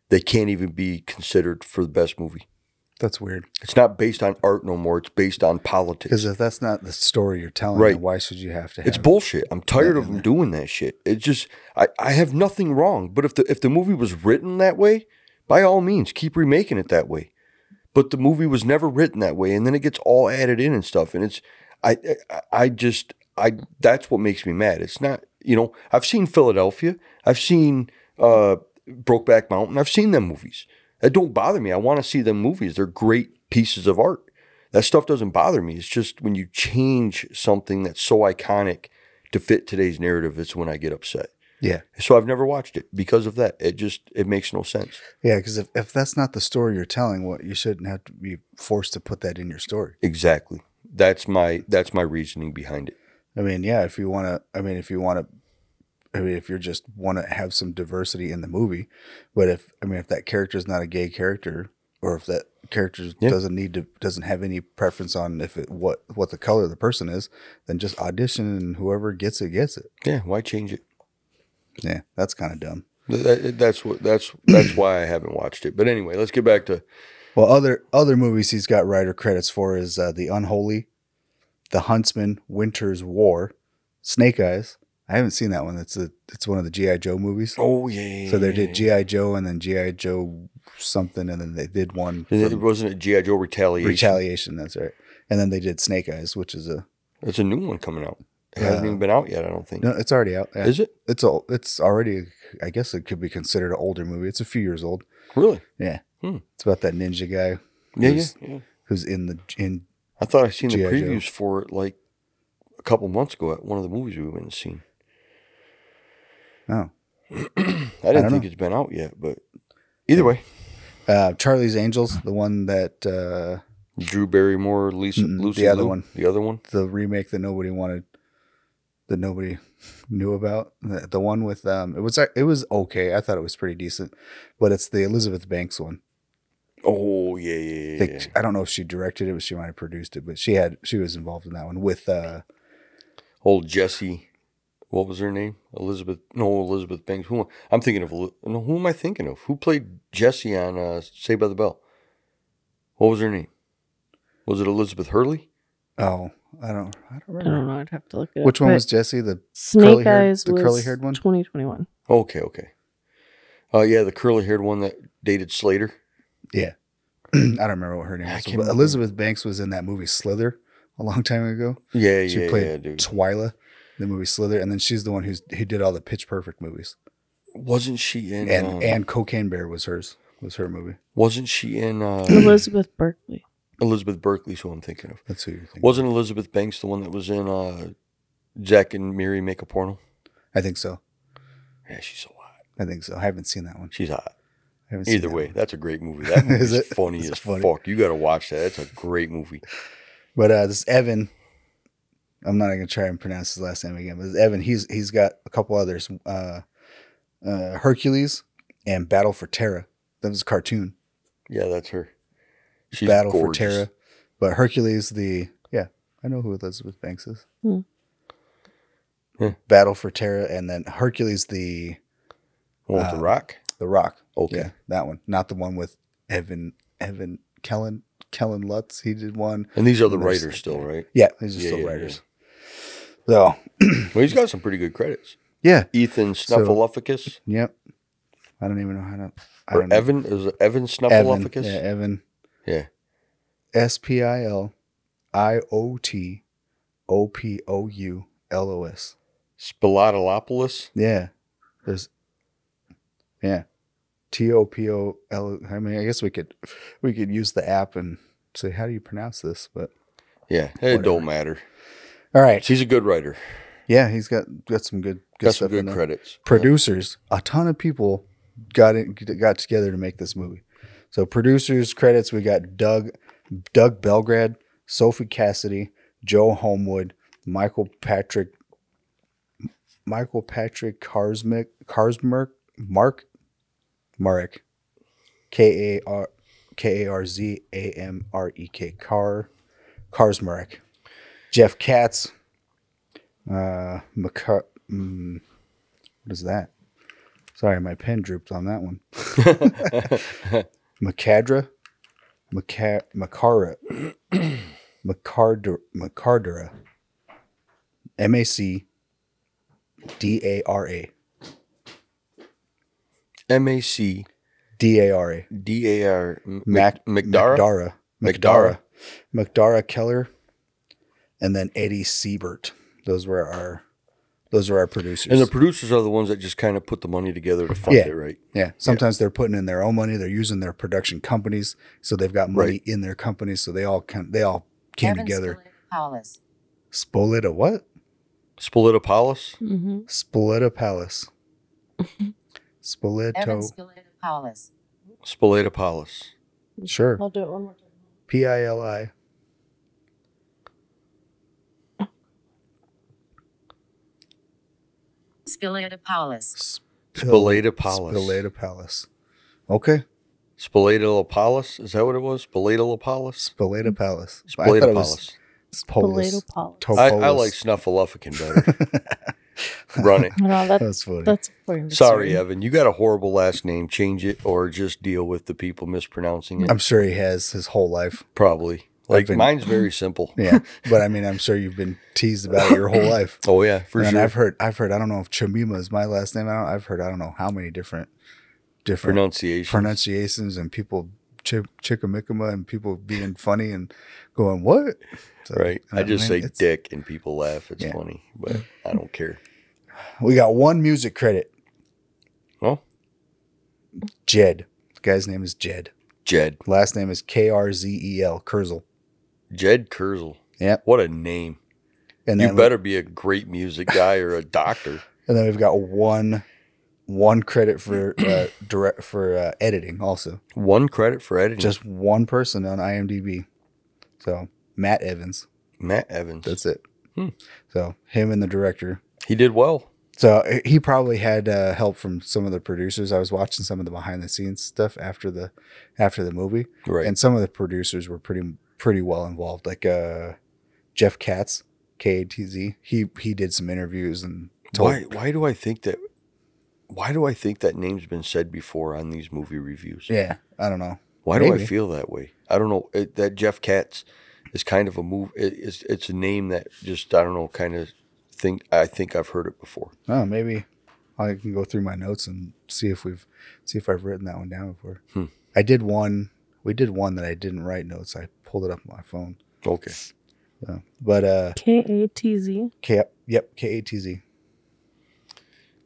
They can't even be considered for the best movie. That's weird. It's not based on art no more. It's based on politics. Because if that's not the story you're telling, Right. then why should you have to? Have It's bullshit. I'm tired of in them there. doing that shit. It's just I, I have nothing wrong. But if the if the movie was written that way, by all means, keep remaking it that way. But the movie was never written that way, and then it gets all added in and stuff. And it's I I, I just I that's what makes me mad. It's not you know I've seen Philadelphia, I've seen uh, Brokeback Mountain, I've seen them movies. That don't bother me. I want to see them movies. They're great pieces of art. That stuff doesn't bother me. It's just when you change something that's so iconic to fit today's narrative, it's when I get upset. Yeah. So I've never watched it because of that. It just it makes no sense. Yeah, because if, if that's not the story you're telling, what you shouldn't have to be forced to put that in your story. Exactly. That's my that's my reasoning behind it. I mean, yeah, if you want to, I mean, if you want to, I mean, if you're just want to have some diversity in the movie, but if I mean, if that character is not a gay character, or if that character Yeah. doesn't need to doesn't have any preference on if it what what the color of the person is, then just audition and whoever gets it gets it. Yeah. Why change it? Yeah, that's kind of dumb. Th- that- that's what that's that's why I haven't watched it. But anyway, let's get back to Well, other other movies he's got writer credits for is uh, The Unholy, The Huntsman, Winter's War, Snake Eyes. I haven't seen that one. It's a it's one of the GI Joe movies. oh yeah. So they did GI Joe and then GI Joe something, and then they did one And It for wasn't a GI Joe retaliation. retaliation. That's right. And then they did Snake Eyes, which is a It's a new one coming out. It hasn't Yeah. even been out yet. I don't think. no. It's already out. Yeah. Is it It's a, It's already. I guess it could be considered an older movie. It's a few years old. really? It's about that ninja guy Yeah, yeah, Yes. yeah. who's in the in. I thought I seen the G.I. Joe. previews for it like a couple months ago at one of the movies we went and seen. Oh, I don't didn't think know. it's been out yet, but either way, uh, Charlie's Angels, the one that. uh Drew Barrymore, Lisa, Mm-mm, Lucy, the other Liu, one. the other one. the remake that nobody wanted, that nobody knew about. The, the one with um, it was it was okay. I thought it was pretty decent, but it's the Elizabeth Banks one. Oh yeah, yeah, I, yeah. think, yeah. I don't know if she directed it, but she might have produced it. But she had she was involved in that one with uh, Old Jesse, what was her name? Elizabeth? No, Elizabeth Banks. Who am- I'm thinking of? Eli- No, who am I thinking of? Who played Jesse on uh, Saved by the Bell? What was her name? Was it Elizabeth Hurley? oh I don't I don't I remember don't know. I'd have to look it up. which one but was Jesse the Snake curly-haired- Eyes? the was curly-haired one? 2021. Okay, okay. Oh yeah, the curly-haired one that dated Slater. I don't remember what her name I was. can't But remember. Elizabeth Banks was in that movie Slither a long time ago. Yeah, She yeah, played yeah, dude. Twyla, the movie Slither, and then she's the one who's who did all the Pitch Perfect movies. Wasn't she in? And um, and Cocaine Bear was hers was her movie. wasn't she in uh, Elizabeth Berkley. Elizabeth Berkley's who I'm thinking of? That's who you're thinking. Wasn't Elizabeth Banks the one that was in uh, Jack and Mary Make a Porno? I think so. Yeah, she's so hot. I think so. I haven't seen that one. She's hot. I haven't seen Either that way, one. that's a great movie. That Is movie's it? funny Is it as funny? fuck. You got to watch that. That's a great movie. But uh, this Evan, I'm not gonna try and pronounce his last name again. But this Evan, he's he's got a couple others, uh, uh, Hercules and Battle for Terra. That was a cartoon. Yeah, that's her. She's Battle gorgeous. for Terra, but Hercules the yeah, I know who Elizabeth Banks is. Hmm. Yeah. Battle for Terra, and then Hercules the One with Uh, the Rock. the Rock. Okay. Yeah, that one, not the one with Evan Evan Kellen Kellen Lutz. He did one. And these are the And there's- writers still, right? Yeah, these are Yeah, still yeah, writers. So Well, he's got some pretty good credits. yeah, Ethan So- Snuffleupagus yep. I don't even know how to. I or don't know. Evan is it Evan Evan, Snuffleupagus? yeah, Evan. Yeah. S P I L I O T O P O U L O S. Spilatolopoulos. Yeah. There's Yeah. T O P O L I mean, I guess we could we could use the app and say how do you pronounce this? But Yeah, it Whatever. don't matter. all right. He's a good writer. Yeah, he's got got some good good got some stuff in good there. credits. Producers, a ton of people got in, got together to make this movie. So producers credits we got Doug Doug Belgrad, Sophie Cassidy, Joe Homewood, Michael Patrick Michael Patrick Karsmick Karsmerk Mark Marek K A R K A R Z A M R E K Car Karsmarek Jeff Katz uh McCar- mm, what is that? Sorry, my pen drooped on that one. Macadra, Maca- Macara, Macardra, Macardra, M A C D A R A, M A C D A R A, D A R Mac- McDara. McDara, McDara. McDara, McDara Keller, and then Eddie Siebert. Those were our, those were our producers. And the producers are the ones that just kind of put the money together to fund Yeah. it, right? Yeah. Sometimes they're putting in their own money. They're using their production companies, so they've got money Right. in their companies. So they all come, they all came Evan together. Spolin- Paulus. Spolita, what? Spolitopolis. hmm Spoleta Palace. Evan Spoleto. Spilanopoulos. Spolitopolis. Sure. I'll do it one more time. P I L I. Spilanopoulos. Spoletopolis. Spoleta Palace. Okay. Spoledopolis. Is that what it was? Spoledopolis. Spoleta Palace. I thought it was Spoledopolis. Polis. Politopolis. I, I like snuffleupagus better. Run it. No, that's That's funny. that's for Sorry, Evan. You got a horrible last name. Change it or just deal with the people mispronouncing it. I'm sure he has his whole life. Probably. Like been- mine's very simple. Yeah, but I mean, I'm sure you've been teased about it your whole life. Oh yeah, for and sure. I've heard, I've heard. I don't know if Chamima is my last name. I don't, I've heard. I don't know how many different, different Pronunciation. pronunciations and people chi- chickamicama and people being funny and going what? So, right. you know I what just mean? say It's- dick and people laugh. It's Yeah. funny, but I don't care. We got one music credit. Well. Jed. The guy's name is Jed. Jed. Last name is K R Z E L Kurzel. Jed Kurzel. Yep. What a name. And You then we- better be a great music guy or a doctor. and then we've got one, one credit for uh, direct for uh, editing also. One credit for editing. just one person on IMDb. So Matt Evans. Matt Evans. That's it. Hmm. So him and the director. he did well. So he probably had uh, help from some of the producers. I was watching some of the behind the scenes stuff after the after the movie, Right. and some of the producers were pretty pretty well involved. Like uh, Jeff Katz, K A T Z. He he did some interviews and told. why why do I think that why do I think that name's been said before on these movie reviews? Yeah, I don't know. Why do Maybe. I feel that way? I don't know. It, that Jeff Katz is kind of a move. It, it's it's a name that just I don't know. Kind of think I think I've heard it before. Oh, maybe I can go through my notes and see if we've see if I've written that one down before. Hmm. I did one. We did one that I didn't write notes. I pulled it up on my phone. Okay, So, but uh, K A T Z. K yep, K A T Z.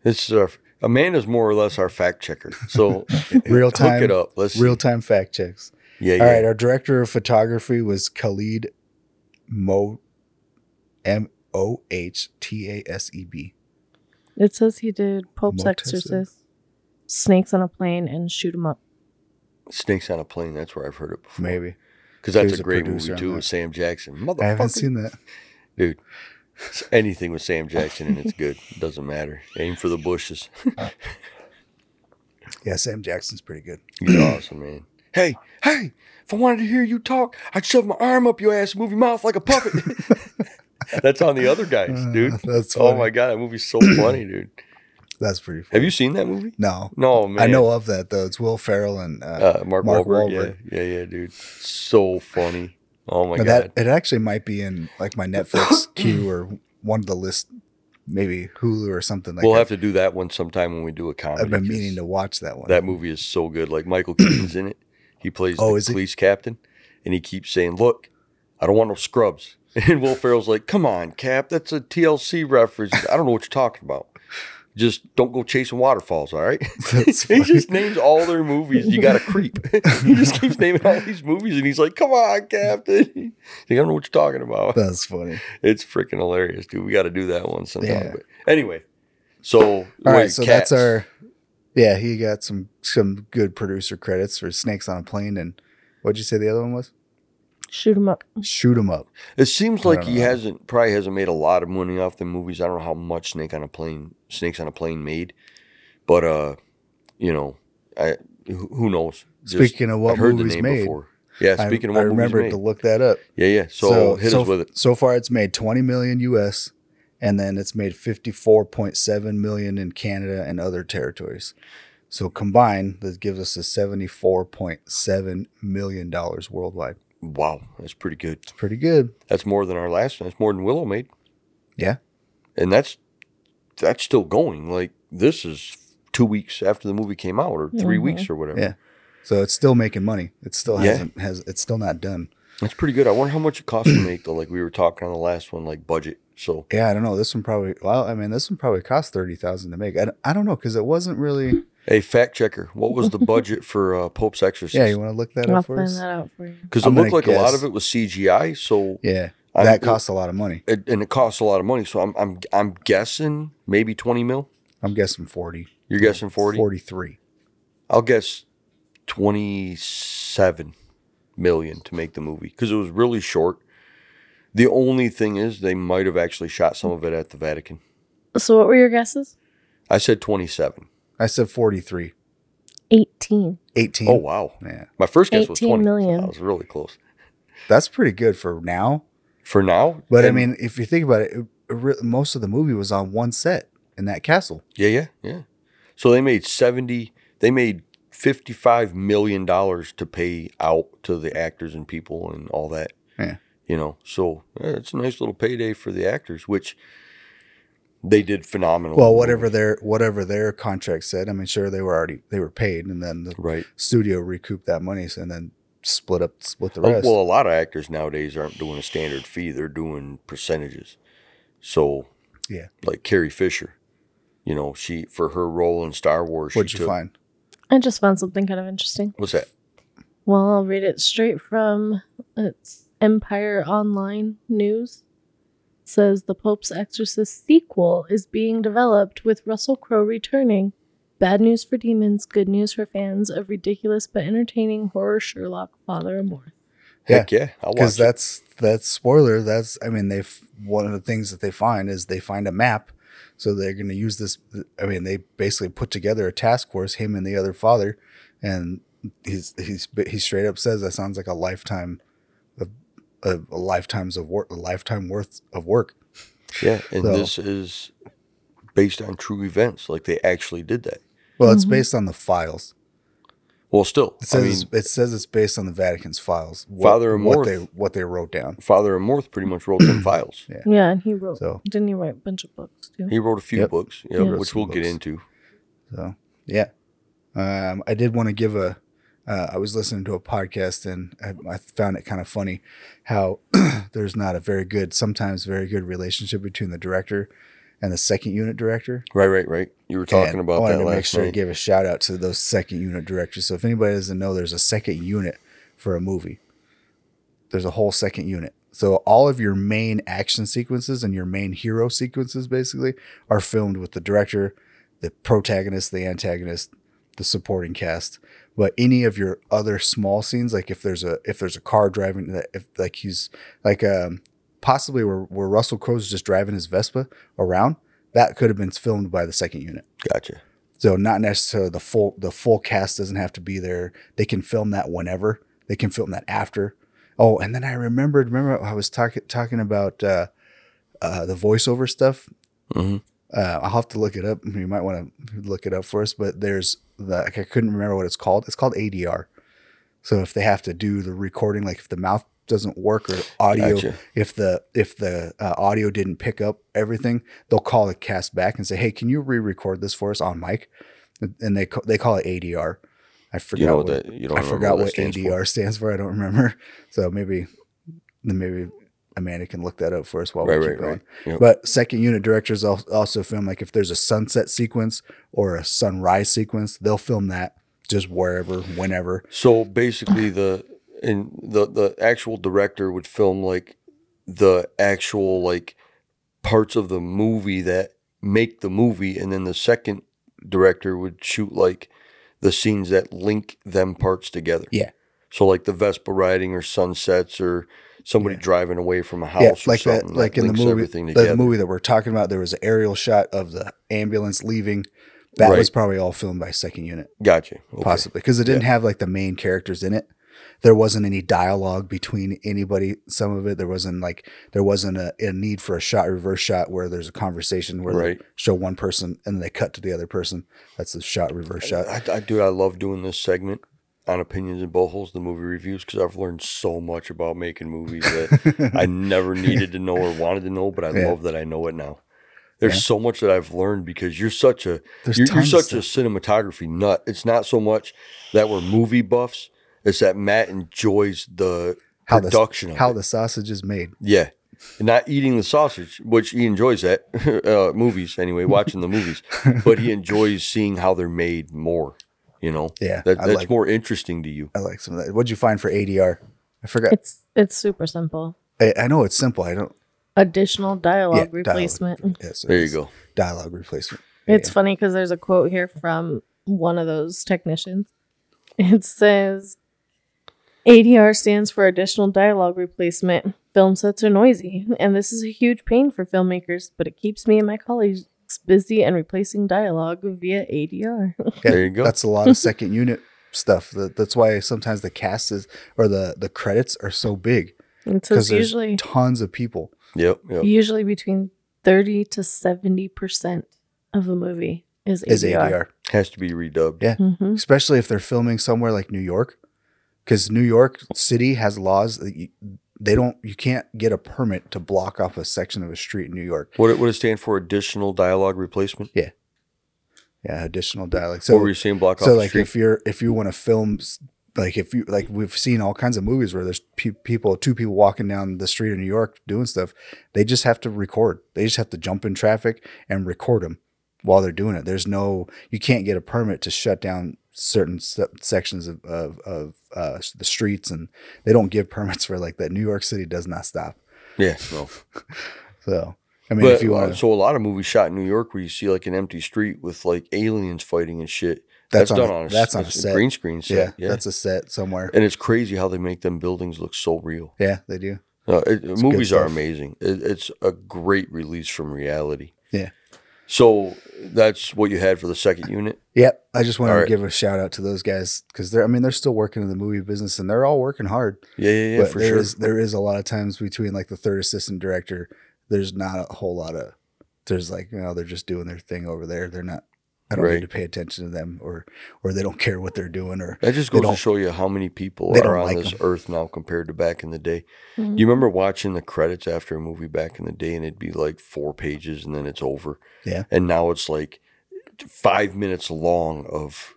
this is our Amanda's more or less our fact checker. So Real Look time- it up. Let's Real time fact checks. yeah All yeah. right, our director of photography was Khalid Mo M O H T A S E B. It says he did Pope's Motessa. Exorcist, Snakes on a Plane, and Shoot 'em Up. Snakes on a plane. That's where I've heard it before. Maybe because He that's was a a great producer movie on too that. with Sam Jackson. I haven't Motherfucker, seen that. anything with Sam Jackson and it's good. Doesn't matter. Aim for the bushes. Yeah, Sam Jackson's pretty good. You're awesome, man. Hey, hey, if I wanted to hear you talk, I'd shove my arm up your ass, move your mouth like a puppet. That's on the other guys, dude. Uh, that's oh funny. my god, that movie's so funny, dude. That's pretty. Funny. Have you seen that movie? No, No, man. I know of that though. It's Will Ferrell and uh, Uh, Mark, Mark Wahlberg. Wahlberg. Yeah, yeah, yeah, dude. So funny. Oh my Now god. that it actually might be in like my Netflix queue or one of the list, maybe Hulu or something like we'll have that. to do that one sometime when we do a comedy. I've been 'cause meaning to watch that one. That movie is so good. Like Michael Keaton's in it. He plays Oh, the is he? police captain, and he keeps saying, "Look, I don't want no scrubs." And Will Ferrell's like, "Come on, Cap, that's a TLC reference. I don't know what you're talking about. Just don't go chasing waterfalls, all right?" That's he funny. just names all their movies. You got to creep. he just keeps naming all these movies, and he's like, "Come on, Captain." He's like, I don't know what you're talking about. That's funny. It's freaking hilarious, dude. We got to do that one sometime. Yeah. But anyway, so all All right, so that's our. Yeah, he got some some good producer credits for Snakes on a Plane and what'd you say the other one was? Shoot 'em Up. Shoot 'em up. It seems I like don't he know. hasn't probably hasn't made a lot of money off the movies. I don't know how much Snake on a Plane Snakes on a Plane made, but uh, you know, I who who knows? Just- Speaking of what I've heard the movies name made, before. Yeah, I- speaking I, of what movies remembered made. to look that up. yeah, yeah. So, hit so, us with it. So far, it's made 20 million US, and then it's made 54.7 million in Canada and other territories. So combined, that gives us a 74.7 million dollars worldwide. Wow, that's pretty good. It's pretty good. That's more than our last one. That's more than Willow made. Yeah. and that's that's still going. Like this is two weeks after the movie came out, or 3 Mhm. weeks, or whatever. Yeah. So it's still making money. It still Yeah. hasn't has it's still not done. That's pretty good. I wonder how much it costs to make though. Like we were talking on the last one, like budget. So Yeah, I don't know. This one probably well, I mean, this one probably cost 30,000 to make. I, don't- I don't know cuz it wasn't really Hey, fact checker, what was the budget for uh, Pope's Exorcist? Yeah, you want to look that I'll up for find us? that out for you. because it I'm looked gonna like a lot guess. of it was CGI. So Yeah. I'm- that costs a lot of money. it, and it costs a lot of money. So I'm I'm I'm guessing maybe twenty mil. I'm guessing 40. You're guessing forty. 43. I'll guess twenty seven million to make the movie because it was really short. The only thing is they might have actually shot some of it at the Vatican. So what were your guesses? I said twenty seven. I said 43. 18. 18. Oh wow, Yeah. my first guess was 18 twenty. million. I was really close. That's pretty good for now. For now, But I and- mean, if you think about it, it, it re- most of the movie was on one set in that castle. Yeah, yeah, yeah. So they made seventy. They made fifty-five million dollars to pay out to the actors and people and all that. Yeah. You know, so yeah, it's a nice little payday for the actors, which they did phenomenal. Well, whatever their whatever their contract said, I mean, sure they were already they were paid, and then the Right. studio recouped that money and then split up split the Oh, rest. well, a lot of actors nowadays aren't doing a standard fee; they're doing percentages. So, Yeah. like Carrie Fisher, you know, she for her role in Star Wars, What'd she you took find? I just found something kind of interesting. what's that? Well, I'll read it straight from its Empire Online news. It says the Pope's Exorcist sequel is being developed with Russell Crowe returning. Bad news for demons, good news for fans of ridiculous but entertaining horror Sherlock Father Amor. Heck yeah, I'll watch Because that. that's that's spoiler. That's I mean, they f- one of the things that they find is they find a map. So they're going to use this. I mean, they basically put together a task force, him and the other father, and he's he's he straight up says that sounds like a lifetime of a, a lifetimes of work, a lifetime worth of work. Yeah, and So- this is based on true events. Like they actually did that. Well, it's Mhm. based on the files. Well, still, It I says mean, it's- it says it's based on the Vatican's files. What, Father what Amorth- they what they wrote down. Father Amorth pretty much wrote them files. Yeah, and he wrote, So didn't he write a bunch of books too? He wrote a few Yep. books, yeah, He wrote which some we'll get books. into. So yeah, um, I did want to give a. Uh, I was listening to a podcast and I, I found it kind of funny how there's not a very good, sometimes very good relationship between the director and the second unit director. Right, right, right. You were talking And I about wanted that to last make sure night. to give a shout out to those second unit directors. So if anybody doesn't know, there's a second unit for a movie. There's a whole second unit. So all of your main action sequences and your main hero sequences basically are filmed with the director, the protagonist, the antagonist, the supporting cast. But any of your other small scenes, like if there's a if there's a car driving, that if like he's like um possibly where where Russell Crowe's just driving his Vespa around, that could have been filmed by the second unit. Gotcha. So not necessarily the full the full cast doesn't have to be there. They can film that whenever. They can film that after. Oh, and then I remembered. Remember, I was talking talking about uh, uh, the voiceover stuff. hmm Uh, I'll have to look it up. You might want to look it up for us. But there's the like, I couldn't remember what it's called. It's called ADR. So if they have to do the recording, like if the mouth doesn't work or audio Gotcha. if the if the uh, audio didn't pick up everything, they'll call the cast back and say, "Hey, can you re-record this for us on mic?" And- And they ca- they call it ADR. I forgot You know what, what that? You don't I remember forgot that what stands for. ADR stands for. I don't remember. So maybe then maybe Amanda can look that up for us while Right, we right, keep going. right. Yep. But second unit directors al- also film like if there's a sunset sequence or a sunrise sequence, they'll film that just wherever, whenever. So basically, the and the the actual director would film like the actual like parts of the movie that make the movie, and then the second director would shoot like the scenes that link them parts together. Yeah. So like the Vespa riding or sunsets or somebody Yeah. driving away from a house Yeah, or like that- something that like in the links movie- everything together. the movie that we're talking about, there was an aerial shot of the ambulance leaving. That was Right. probably all filmed by second unit, Gotcha. Okay. possibly because it didn't have like the main characters in it. There wasn't any dialogue between anybody. Some of it there wasn't like there wasn't a, a need for a shot reverse shot where there's a conversation where Right. they show one person and then they cut to the other person. That's the shot reverse shot. I, I do. I love doing this segment on opinions and buttholes, the movie reviews, because I've learned so much about making movies that I never needed to know or wanted to know, but I Yeah. love that I know it now. There's Yeah. so much that I've learned because you're such a There's you're, you're tons of such a cinematography nut. It's not so much that we're movie buffs; it's that Matt enjoys the How the- production of how it. the sausage is made. Yeah. Not eating the sausage, which he enjoys at uh, movies anyway, watching the movies, but he enjoys seeing how they're made more. You know, Yeah, that, I that's like- more interesting to you. I like some of that. What'd you find for ADR? I forgot. It's it's super simple. I, I know it's simple. I don't. Additional yeah, dialogue dialogue. replacement. Yes, There you it's go. Dialogue replacement. It's funny because there's a quote here from one of those technicians. It says, ADR stands for additional dialogue replacement. Film sets are noisy, and this is a huge pain for filmmakers, but it keeps me and my colleagues busy and replacing dialogue via ADR. Yeah, There you go. That's a lot of second unit stuff. That, that's why sometimes the cast is or the the credits are so big And so because it's there's usually tons of people. Yep. Yep. usually between 30 to 70% of a movie is ADR. Is ADR, Has to be redubbed. Yeah. Mhm. especially if they're filming somewhere like New York, because New York City has laws that you, they don't. You can't get a permit to block off a section of a street in New York. What it would it stand for? Additional dialogue replacement. Yeah, additional dialogue. So, what So were you saying? Block so off like the if street. you're if you want to film s- like if you like we've seen all kinds of movies where there's pe- people two people walking down the street in new york doing stuff they just have to record they just have to jump in traffic and record them while they're doing it there's no you can't get a permit to shut down certain se- sections of, of, of uh, s- the streets and they don't give permits for like that new york city does not stop yeah. No. so i mean but, if you want uh, to so a lot of movies shot in New York where you see like an empty street with like aliens fighting and shit. that's, on, done a, on a, that's on a that's set green screen set. yeah, Yeah. that's a set somewhere and it's crazy how they make them buildings look so real. yeah they do No, it, good movies are stuff. amazing. It, it's a great release from reality. Yeah. So that's what you had for the second unit. Yep, I just wanted All to right. give a shout out to those guys because they're—I mean—they're still working in the movie business and they're all working hard. Yeah, yeah, yeah, but for there sure. is- there is a lot of times between like the third assistant director, there's not a whole lot of. There's like you know they're just doing their thing over there. They're not. I don't Right. need to pay attention to them or or they don't care what they're doing or that just they goes to don't- show you how many people they are don't on like this 'em. earth now compared to back in the day. Mhm. You remember watching the credits after a movie back in the day, and it'd be like four pages, and then it's over. Yeah. And now it's like five minutes long of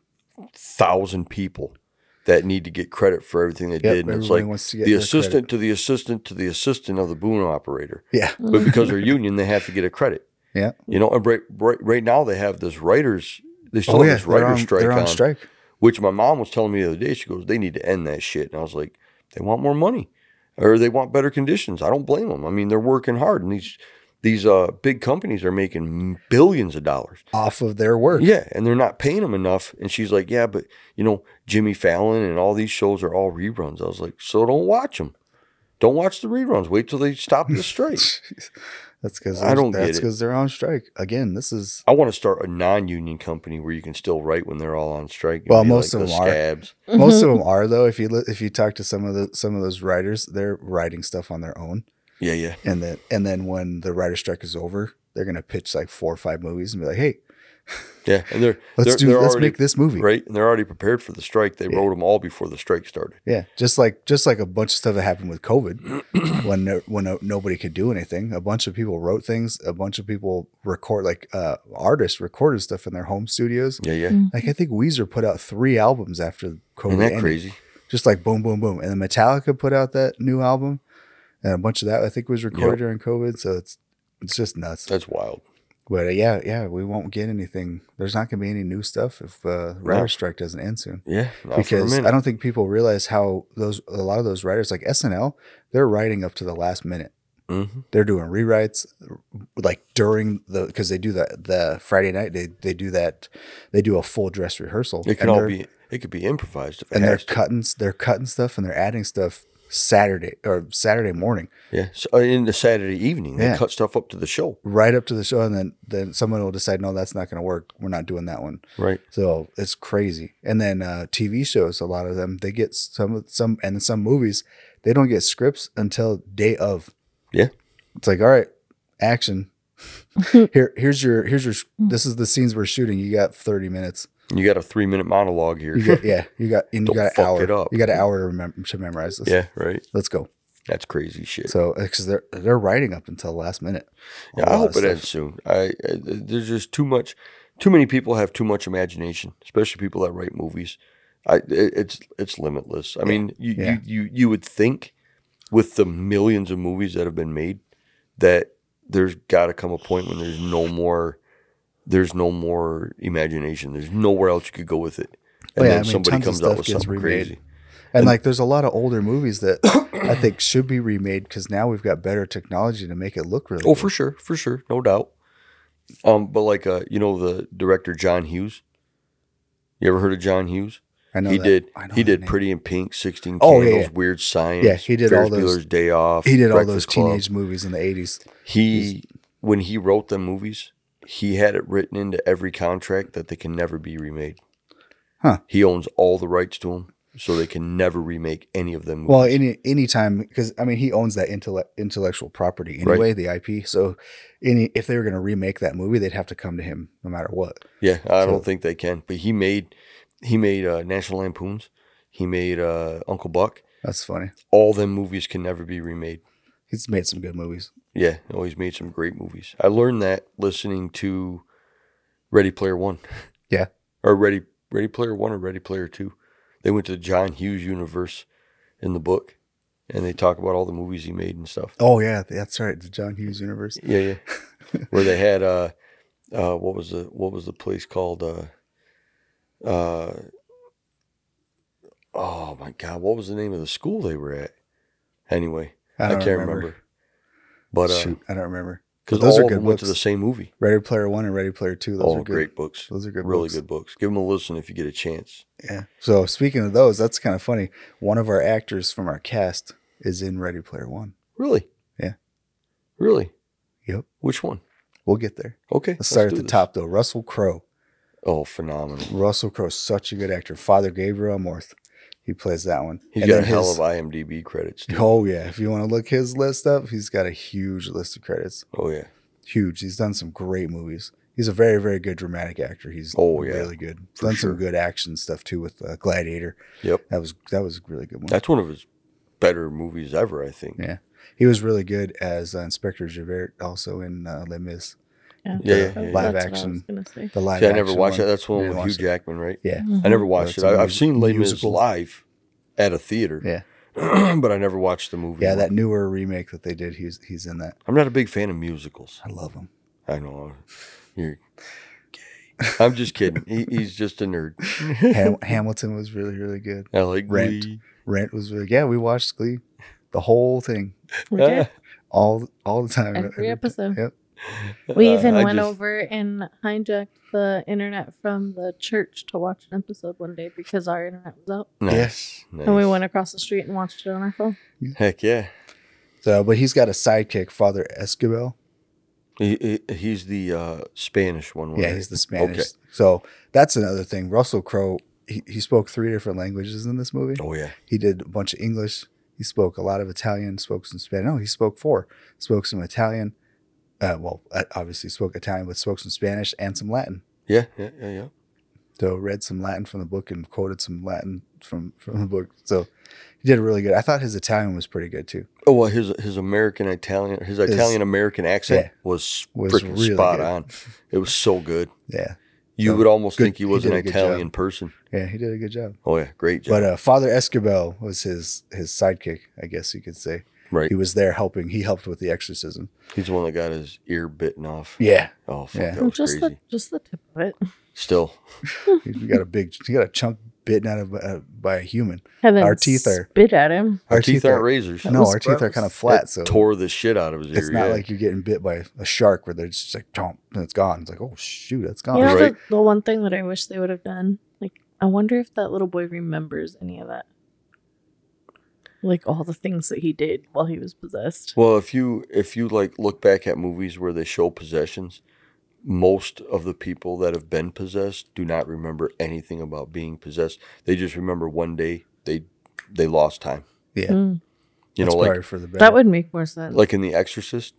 thousand people that need to get credit for everything they Yep, did, and it's everybody like wants to get the their credit. assistant to the assistant to the assistant of the boom operator. Yeah, But because they're union, they have to get a credit. Yeah. You know, and right, right, right now they have this writers. They still have this Oh, they're writer on- strike They're on, on strike. which my mom was telling me the other day. She goes, "They need to end that shit." And I was like, "They want more money, or they want better conditions." I don't blame them. I mean, they're working hard, and these these uh, big companies are making billions of dollars. off of their work. Yeah, and they're not paying them enough. And she's like, "Yeah, but you know, Jimmy Fallon and all these shows are all reruns." I was like, "So don't watch them. Don't watch the reruns. Wait till they stop the strike." that's because I don't get That's it. because they're on strike again. This is I want to start a non-union company where you can still write when they're all on strike. and Well, be most like of the them are. scabs. Mm-hmm. most of them are though. If you li- if you talk to some of the some of those writers, they're writing stuff on their own. Yeah, yeah. and then and then when the writer strike is over, they're gonna pitch like four or five movies and be like, "Hey, Yeah, and they're let's they're, do they're let's already, make this movie." right, and they're already prepared for the strike. They Yeah. wrote them all before the strike started. Yeah, just like just like a bunch of stuff that happened with COVID, when no, when no, nobody could do anything, a bunch of people wrote things, a bunch of people record like uh, artists recorded stuff in their home studios. Yeah, yeah. Like I think Weezer put out three albums after COVID. Isn't that ended. crazy? Just like boom, boom, boom, and then Metallica put out that new album, and a bunch of that I think was recorded Yep. during COVID. So it's it's just nuts. That's wild. But uh, yeah, yeah, we won't get anything. There's not going to be any new stuff if uh, writer strike doesn't end soon. Yeah, not Because for a I minute. don't think people realize how those a lot of those writers like SNL, they're writing up to the last minute. hmm They're doing rewrites like during the because they do that the Friday night they they do that they do a full dress rehearsal. It could and all they're- be. It could be improvised. If it and they're has to. cutting they're cutting stuff and they're adding stuff Saturday or Saturday morning. Yeah, so uh, in the Saturday evening, they Yeah. cut stuff up to the show. Right up to the show, and then then someone will decide, no, that's not going to work. We're not doing that one. Right. So it's crazy. And then uh, TV shows, a lot of them, they get some some and some movies, they don't get scripts until day of. Yeah. It's like, all right, action. Here, here's your here's your. This is the scenes we're shooting. You got thirty minutes. You got a three minute monologue here. You got, yeah, you got and you Don't got an fuck hour. it up. You got an hour to, remem- to memorize this. yeah, right. let's go. That's crazy shit. So because they're they're writing up until the last minute. A yeah, I lot hope of it stuff. ends soon. I, I there's just too much, too many people have too much imagination, especially people that write movies. I it, it's it's limitless. I Yeah. mean, you, Yeah. you you you would think with the millions of movies that have been made that there's got to come a point when there's no more there's no more imagination. There's nowhere else you could go with it. Oh, And yeah, then I mean, somebody tons of comes out stuff with gets something remade. crazy. And like, there's a lot of older movies that I think should be remade because now we've got better technology to make it look really. Oh, for sure, for sure, no doubt. Um, but like uh, you know, the director John Hughes. You ever heard of John Hughes? I know he that- did. I know He that did name. Pretty in Pink, Sixteen Oh, Candles, yeah, yeah. Weird Science. Yeah, he did Ferris all those- Bueller's Day Off. He did all those Breakfast Club. teenage movies in the '80s. He when he wrote the movies, he had it written into every contract that they can never be remade. Huh. He owns all the rights to them, so they can never remake any of them. Movies. Well, any any time because I mean he owns that intellect, intellectual property anyway, the IP. So, any if they were going to remake that movie, they'd have to come to him no matter what. Yeah, I don't So- think they can. But he made he made uh, National Lampoons. He made uh, Uncle Buck. That's funny. All them movies can never be remade. He's made some good movies. Yeah, no, he's made some great movies. I learned that listening to Ready Player One. Yeah. or Ready Ready Player One or Ready Player Two. They went to the John Hughes universe in the book, and they talk about all the movies he made and stuff. Oh yeah, that's right. The John Hughes universe. Yeah, yeah. Where they had uh, uh, what was the what was the place called? Uh, uh, oh my God, what was the name of the school they were at? Anyway, I, don't can't remember. But uh, Shoot, I don't remember. because Those all are of good them went to the books. same movie. Ready Player One and Ready Player Two. Those all are good. Oh, great books, Those are good. really books. good books. Give them a listen if you get a chance. Yeah. So speaking of those, that's kind of funny. One of our actors from our cast is in Ready Player One. Really? Yeah. Really? Yep. Which one? We'll get there. Okay. Let's start at do the this. top though. Russell Crowe. Oh, phenomenal! Russell Crowe's such a good actor. Father Gabriel Morth. He plays that one. He's And got a then hell his- of IMDb credits. Dude. Oh yeah. If you want to look his list up, he's got a huge list of credits. Oh yeah. Huge. He's done some great movies. He's a very, very good dramatic actor. He's Oh, yeah. really good. For done sure. some good action stuff too with uh, Gladiator. Yep. That was that was a really good one. That's one of his better movies ever, I think. Yeah. he was really good as uh, Inspector Javert, also in uh, Les Mis, Yeah, yeah, That's yeah, yeah. what Live I was action. gonna say. the live. See, I never action watched one. that. That's the You one didn't with Hugh watch that? Jackman, right? Yeah, I never watched Mm-hmm. That's it. a I, I've mus- seen Les Mis musical. live at a theater. Yeah. but I never watched the movie. yeah, that newer remake that they did. He's he's in that. I'm not a big fan of musicals. I love him. I know. You're gay. I'm just kidding. He, he's just a nerd. Ham- Hamilton was really really good. I like Rent. Glee. Rent was really yeah. We watched Glee, the whole thing, We did. all all the time. Every episode. Yep. We Uh, even I went just- over and hijacked the internet from the church to watch an episode one day because our internet was out. Nice, Yes. nice. And we went across the street and watched it on our phone. Heck yeah. So, but he's got a sidekick, Father Escobar. He, he- he's the uh, Spanish one. Yeah, right? he's the Spanish. So that's another thing. Russell Crowe. He, he spoke three different languages in this movie. Oh yeah. He did a bunch of English. He spoke a lot of Italian. Spoke some Spanish. No, he spoke four. Spoke some Italian. Uh, well, uh, obviously spoke Italian, but spoke some Spanish and some Latin. Yeah. Yeah. Yeah. yeah. So read some Latin from the book and quoted some Latin from from the book. So he did really good. I thought his Italian was pretty good too. Oh well, his his American Italian his Italian American accent yeah. was, Was freaking really spot good. on. It was so good. Yeah, You So, would almost good- think he he was did an a good Italian person. yeah, he did a good job. Oh yeah, great job. But uh, Father Escobar was his his sidekick, I guess you could say. right, He was there helping. He helped with the exorcism. he's the one that got his ear bitten off. Yeah, Oh fuck, Yeah. that was Just crazy. the just the tip of it. Still, he got a big, he got a chunk bitten out of uh, by a human. And then Our teeth are- spit at him. our, teeth aren't razors. No, was our teeth are gross. kind of flat, It so tore the shit out of his ear. it's not yeah. like you're getting bit by a shark where they're just like, chomp, and it's gone. It's like, oh shoot, that's gone. You know right. the, the one thing that I wish they would have done? Like I wonder if that little boy remembers any of that. Like all the things that he did while he was possessed. Well, if you if you like look back at movies where they show possessions, most of the people that have been possessed do not remember anything about being possessed. They just remember one day they they lost time. Yeah, Mm. You that's know, like probably for the better. That would make more sense. like in The Exorcist,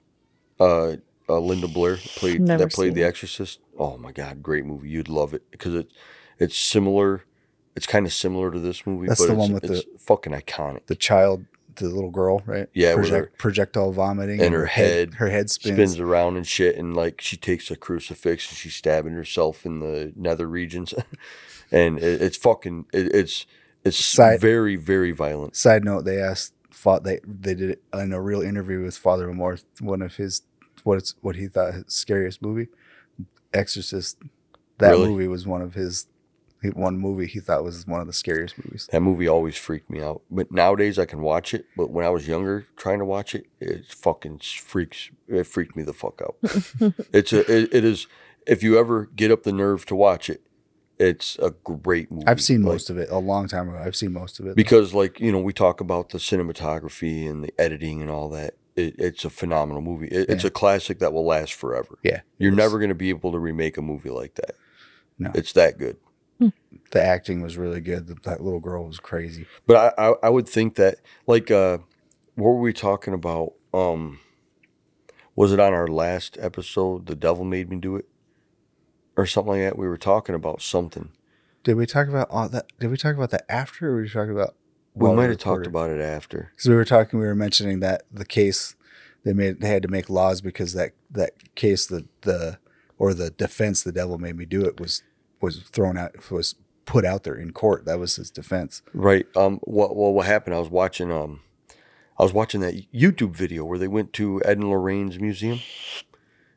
uh, uh Linda Blair played Never that played seen The it. Exorcist. Oh my god, great movie. You'd love it because it it's similar. It's kind of similar to this movie, That's but the it's, one with it's fucking iconic. the child, the little girl, right? Yeah, with Project, projectile vomiting and her head her head spins. spins. around and shit and like she takes a crucifix and she's stabbing herself in the nether regions and it, it's fucking it, it's it's Side- very very violent Side note: They asked, fought they they did it in a real interview with Father Morth, one of his what it's what he thought his scariest movie, Exorcist. That Really? movie was one of his He- One movie he thought was one of the scariest movies. That movie always freaked me out. But nowadays I can watch it. But when I was younger, trying to watch it, it fucking freaks. It freaked me the fuck out. it's a. It, it is. If you ever get up the nerve to watch it, it's a great movie. I've seen Like, most of it a long time ago. I've seen most of it. because, like you know, we talk about the cinematography and the editing and all that. It, it's a phenomenal movie. It, It's Yeah. a classic that will last forever. Yeah, You're is. never going to be able to remake a movie like that. No. It's that good. the acting was really good. The- That little girl was crazy. But I, I, I would think that like uh what were we talking about? Um was it on our last episode, The Devil Made Me Do It? Or something like that. We were talking about something. Did we talk about all that? Did we talk about that after, or were we talking about? We might have talked about it after. because we were talking. We were mentioning that the case they made they had to make laws because that that case the the or the defense the devil made me do it was was thrown out was put out there in court. That was his defense. Right. Um what well what happened? I was watching um I was watching that YouTube video where they went to Ed and Lorraine's museum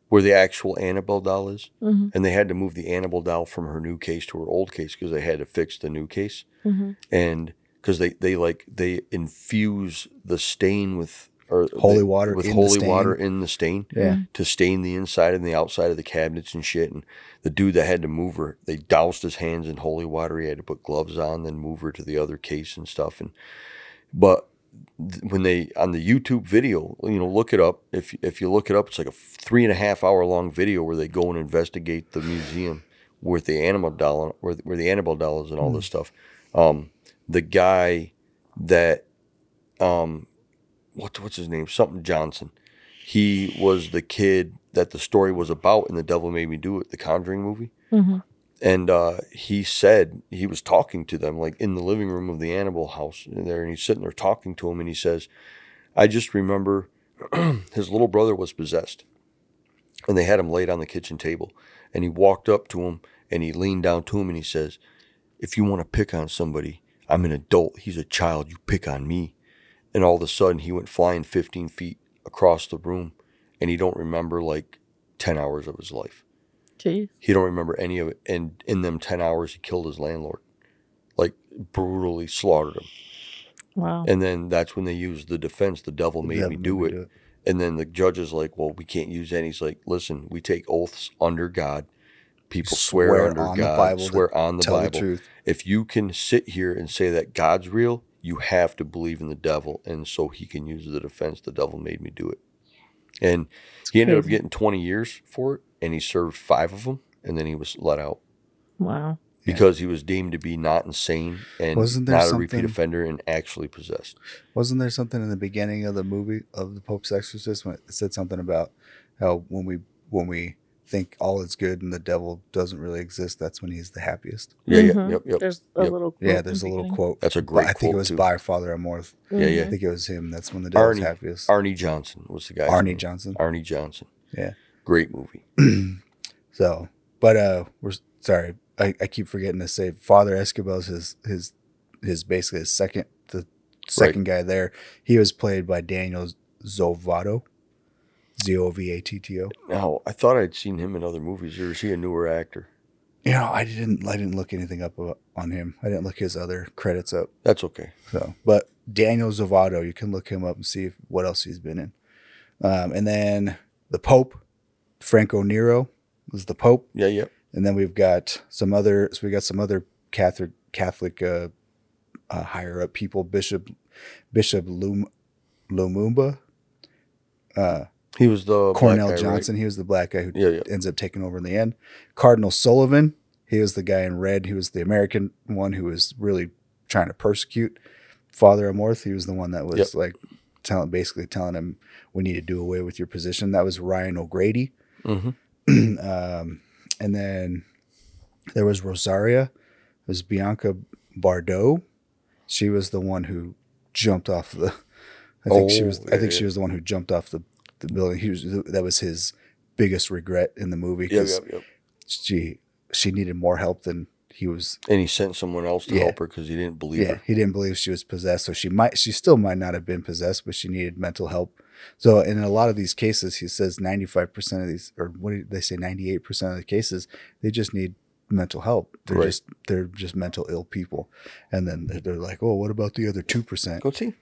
where the actual Annabelle doll is. Mm-hmm. And they had to move the Annabelle doll from her new case to her old case because they had to fix the new case. Mm-hmm. and because they they like they infuse the stain with or Holy they- water with in the holy stain. water in the stain Yeah. to stain the inside and the outside of the cabinets and shit. And the dude that had to move her, they doused his hands in holy water. He had to put gloves on, then move her to the other case and stuff. And but th- when they on the YouTube video, you know, look it up. If if you look it up, it's like a f- three and a half hour long video where they go and investigate the museum with the animal doll, where where the Annabelle doll is and all this stuff. Um, the guy that um, what what's his name? Something Johnson he was the kid that the story was about in the devil made me do it the conjuring movie Mm-hmm. and uh, he said he was talking to them like in the living room of the animal house in there and he's sitting there talking to him and he says i just remember his little brother was possessed and they had him laid on the kitchen table and he walked up to him and he leaned down to him and he says if you want to pick on somebody i'm an adult he's a child you pick on me and all of a sudden he went flying 15 feet across the room and he don't remember like 10 hours of his life Jeez. he don't remember any of it. And in them ten hours, he killed his landlord, like brutally slaughtered him. Wow. And then that's when they used the defense. The devil The made devil me do it. And then the judge is like, "Well, we can't use that." He's like, "Listen, we take oaths under God. People swear, Swear under on the God, Bible to swear on the Tell Bible. the truth. If you can sit here and say that God's real, you have to believe in the devil, and so he can use the defense. The devil made me do it." And he ended up crazy. getting twenty years for it, and he served five of them, and then he was let out Wow. Yeah. because he was deemed to be not insane and Wasn't there not a repeat something- offender and actually possessed. Wasn't there something in the beginning of the movie of the Pope's Exorcist when it said something about how when we when we think all is good and the devil doesn't really exist, that's when he's the happiest. Yeah, Mhm. yeah, yep, yep. There's a Yep. little. quote Yeah, in there's a the little beginning. quote. That's a But great I think it quote, was too. by Father Amorth. Yeah, yeah. I Mhm. think it was him. That's when the devil's Arnie. happiest. Arnie Johnson was the guy. Arnie Johnson. Arnie Johnson. Yeah. Great movie. so, but uh, we're sorry. I, I keep forgetting to say Father Escobar's his his his basically his second the second guy there. He was played by Daniel Zovato, Z O V A T T O. Now, I thought I'd seen him in other movies, or is he a newer actor? You know, I didn't I didn't look anything up about- on him. I didn't look his other credits up. That's okay. So, but Daniel Zavato, you can look him up and see if, what else he's been in. Um, and then the Pope, Franco Nero, was the Pope. Yeah, yep. And then we've got some other. So we got some other Catholic Catholic uh, uh, higher up people. Bishop Bishop Lum, Lumumba, uh, He was the black Cornell guy, right? Johnson. He was the black guy who Yeah, yeah. ends up taking over in the end. Cardinal Sullivan, he was the guy in red. He was the American one who was really trying to persecute Father Amorth. He was the one that was Yep. like telling, basically telling him, "We need to do away with your position." That was Ryan O'Grady. hmm um, and then there was Rosaria. It was Bianca Bardot. She was the one who jumped off the. I think she Oh, was. I yeah, think she yeah. was the one who jumped off the, the building. He was, that was his biggest regret in the movie Yep, because yep, yep. she she needed more help than he was. And he sent someone else to Yeah. help her because he didn't believe yeah, her. he didn't believe she was possessed, so she might she still might not have been possessed, but she needed mental help. So in a lot of these cases, he says ninety five percent of these, or what did they say, ninety eight percent of the cases, they just need mental health. They're Right. just they're just mental ill people. And then they're- they're like, oh, what about the other two percent? Go see.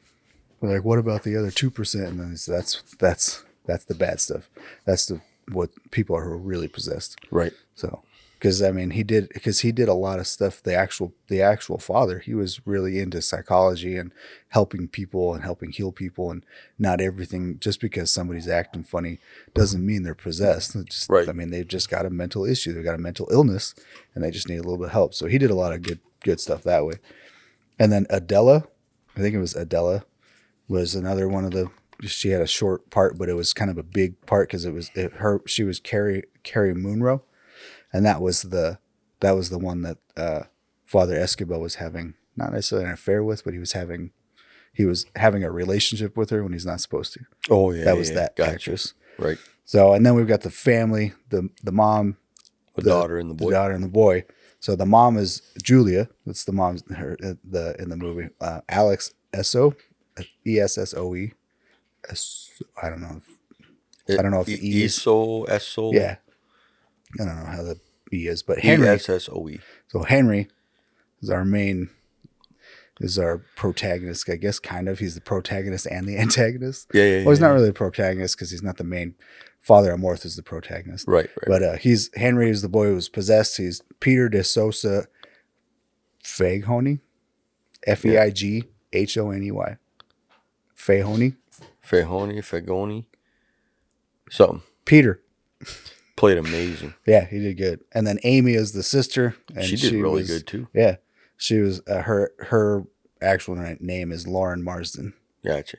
We're like, what about the other two percent? And then it's, that's that's that's the bad stuff. That's the what people are who are really possessed. Right. So, because I mean, he did because he did a lot of stuff. The actual the actual father, he was really into psychology and helping people and helping heal people. And not everything just because somebody's acting funny doesn't mean they're possessed. It's just, Right. I mean, they've just got a mental issue. They've got a mental illness, and they just need a little bit of help. So he did a lot of good good stuff that way. And then Adela, I think it was Adela, was another one of the. She had a short part, but it was kind of a big part because it was it, her. She was Carrie Carrie Munro, and that was the that was the one that uh, Father Escobar was having not necessarily an affair with, but he was having he was having a relationship with her when he's not supposed to. Oh yeah. that was yeah, that Gotcha. actress. Right. So and then we've got the family, the the mom, The, The- daughter and the the boy. daughter, and the boy. So the mom is Julia. That's the mom's her uh, the in the movie. Uh, Alex Esso, E S S O E. S- I don't know. If, I don't know if the E- E's- Eso Eso. yeah, I don't know how the E is, but Henry. Henry. S S O E. So Henry is our main is our protagonist, I guess kind of. He's the protagonist and the antagonist. Yeah. Yeah. Well, he's yeah, not yeah. really the protagonist because he's not the main. Father Amorth is the protagonist, Right. Right. but uh, he's Henry is the boy who was possessed. He's Peter de Sosa Faghoney, F E I G H O N E Y, Faghoney. Fajoni, Fagoni. Something. Peter, Played amazing. yeah, he did good. And then Amy is the sister, and she did really was- good too. Yeah, she was uh, her her actual na- name is Lauren Marsden. Gotcha.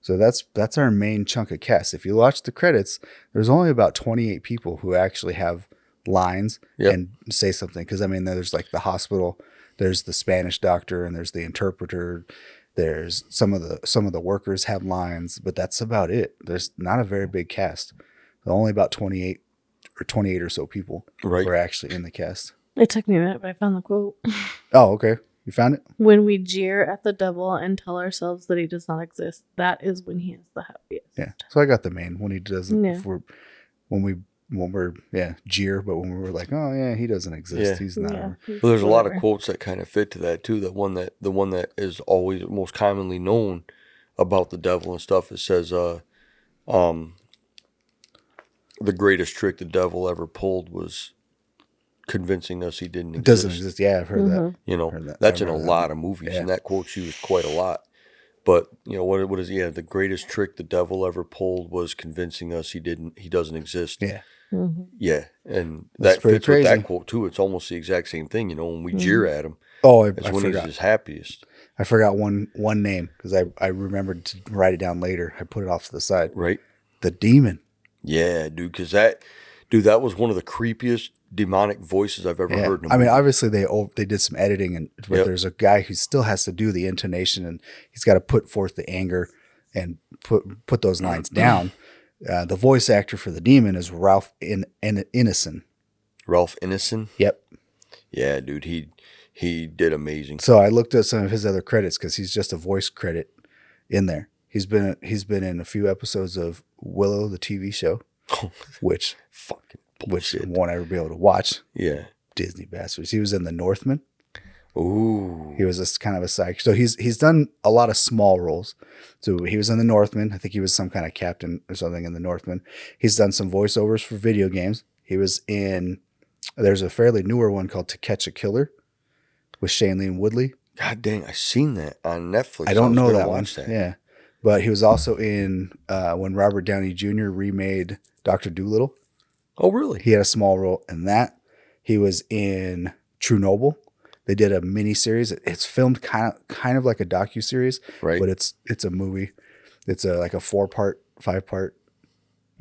So that's that's our main chunk of cast. If you watch the credits, there's only about 28 people who actually have lines Yep. and say something. Because I mean, there's like the hospital, there's the Spanish doctor, and there's the interpreter. There's some of the some of the workers have lines, but that's about it. There's not a very big cast. Only about 28 or 28 or so people Right. were actually in the cast. It took me a minute, but I found the quote. Oh, okay. You found it. When we jeer at the devil and tell ourselves that he does not exist, that is when he is the happiest. Yeah. So I got the main when he doesn't. Yeah. If we're, when we when we're yeah jeer, but when we're like, oh yeah, he doesn't exist. Yeah. He's not. Yeah. Well, there's a lot of Whatever. quotes that kind of fit to that too. That one that the one that is always most commonly known about the devil and stuff. It says, uh, um, the greatest trick the devil ever pulled was convincing us he didn't It exist. doesn't exist. Yeah, I've heard that. Mhm. You know, Heard that. that's I in a remember that lot of movies, and that quote's used quite a lot. But you know what? What is yeah? The greatest trick the devil ever pulled was convincing us he didn't. He doesn't exist. Yeah. Mhm. Yeah, and That's that pretty fits with crazy. that quote too. It's almost the exact same thing. You know, when we jeer at him, Oh, I, that's I when he's forgot. his happiest, I forgot one one name because I I remembered to write it down later. I put it off to the side. right? The demon. Yeah, dude. Because that, dude, that was one of the creepiest demonic voices I've ever Yeah. heard. In a I mean, movie. obviously they o- they did some editing, and but Yep. there's a guy who still has to do the intonation, and he's got to put forth the anger and put put those lines down. Uh, the voice actor for the demon is Ralph in, in Innocent. Ralph Ineson. Yep. Yeah, dude. He he did amazing. So I looked at some of his other credits because he's just a voice credit in there. He's been he's been in a few episodes of Willow the TV show, which Fucking which bullshit. won't ever be able to watch. yeah. Disney bastards. He was in The Northman. Ooh. He was this kind of a psych. So he's he's done a lot of small roles. So he was in The Northman. I think he was some kind of captain or something in The Northman. He's done some voiceovers for video games. He was in. There's a fairly newer one called To Catch a Killer, with Shailene Woodley. God dang! I seen that on Netflix. I don't was know gonna that one. watch Yeah, but he was also in uh, when Robert Downey Jr. remade Doctor Doolittle. Oh really? He had a small role in that. He was in True Noble. They did a mini series. It's filmed kind of kind of like a docu series, Right. but it's it's a movie. It's a like a four part, five part.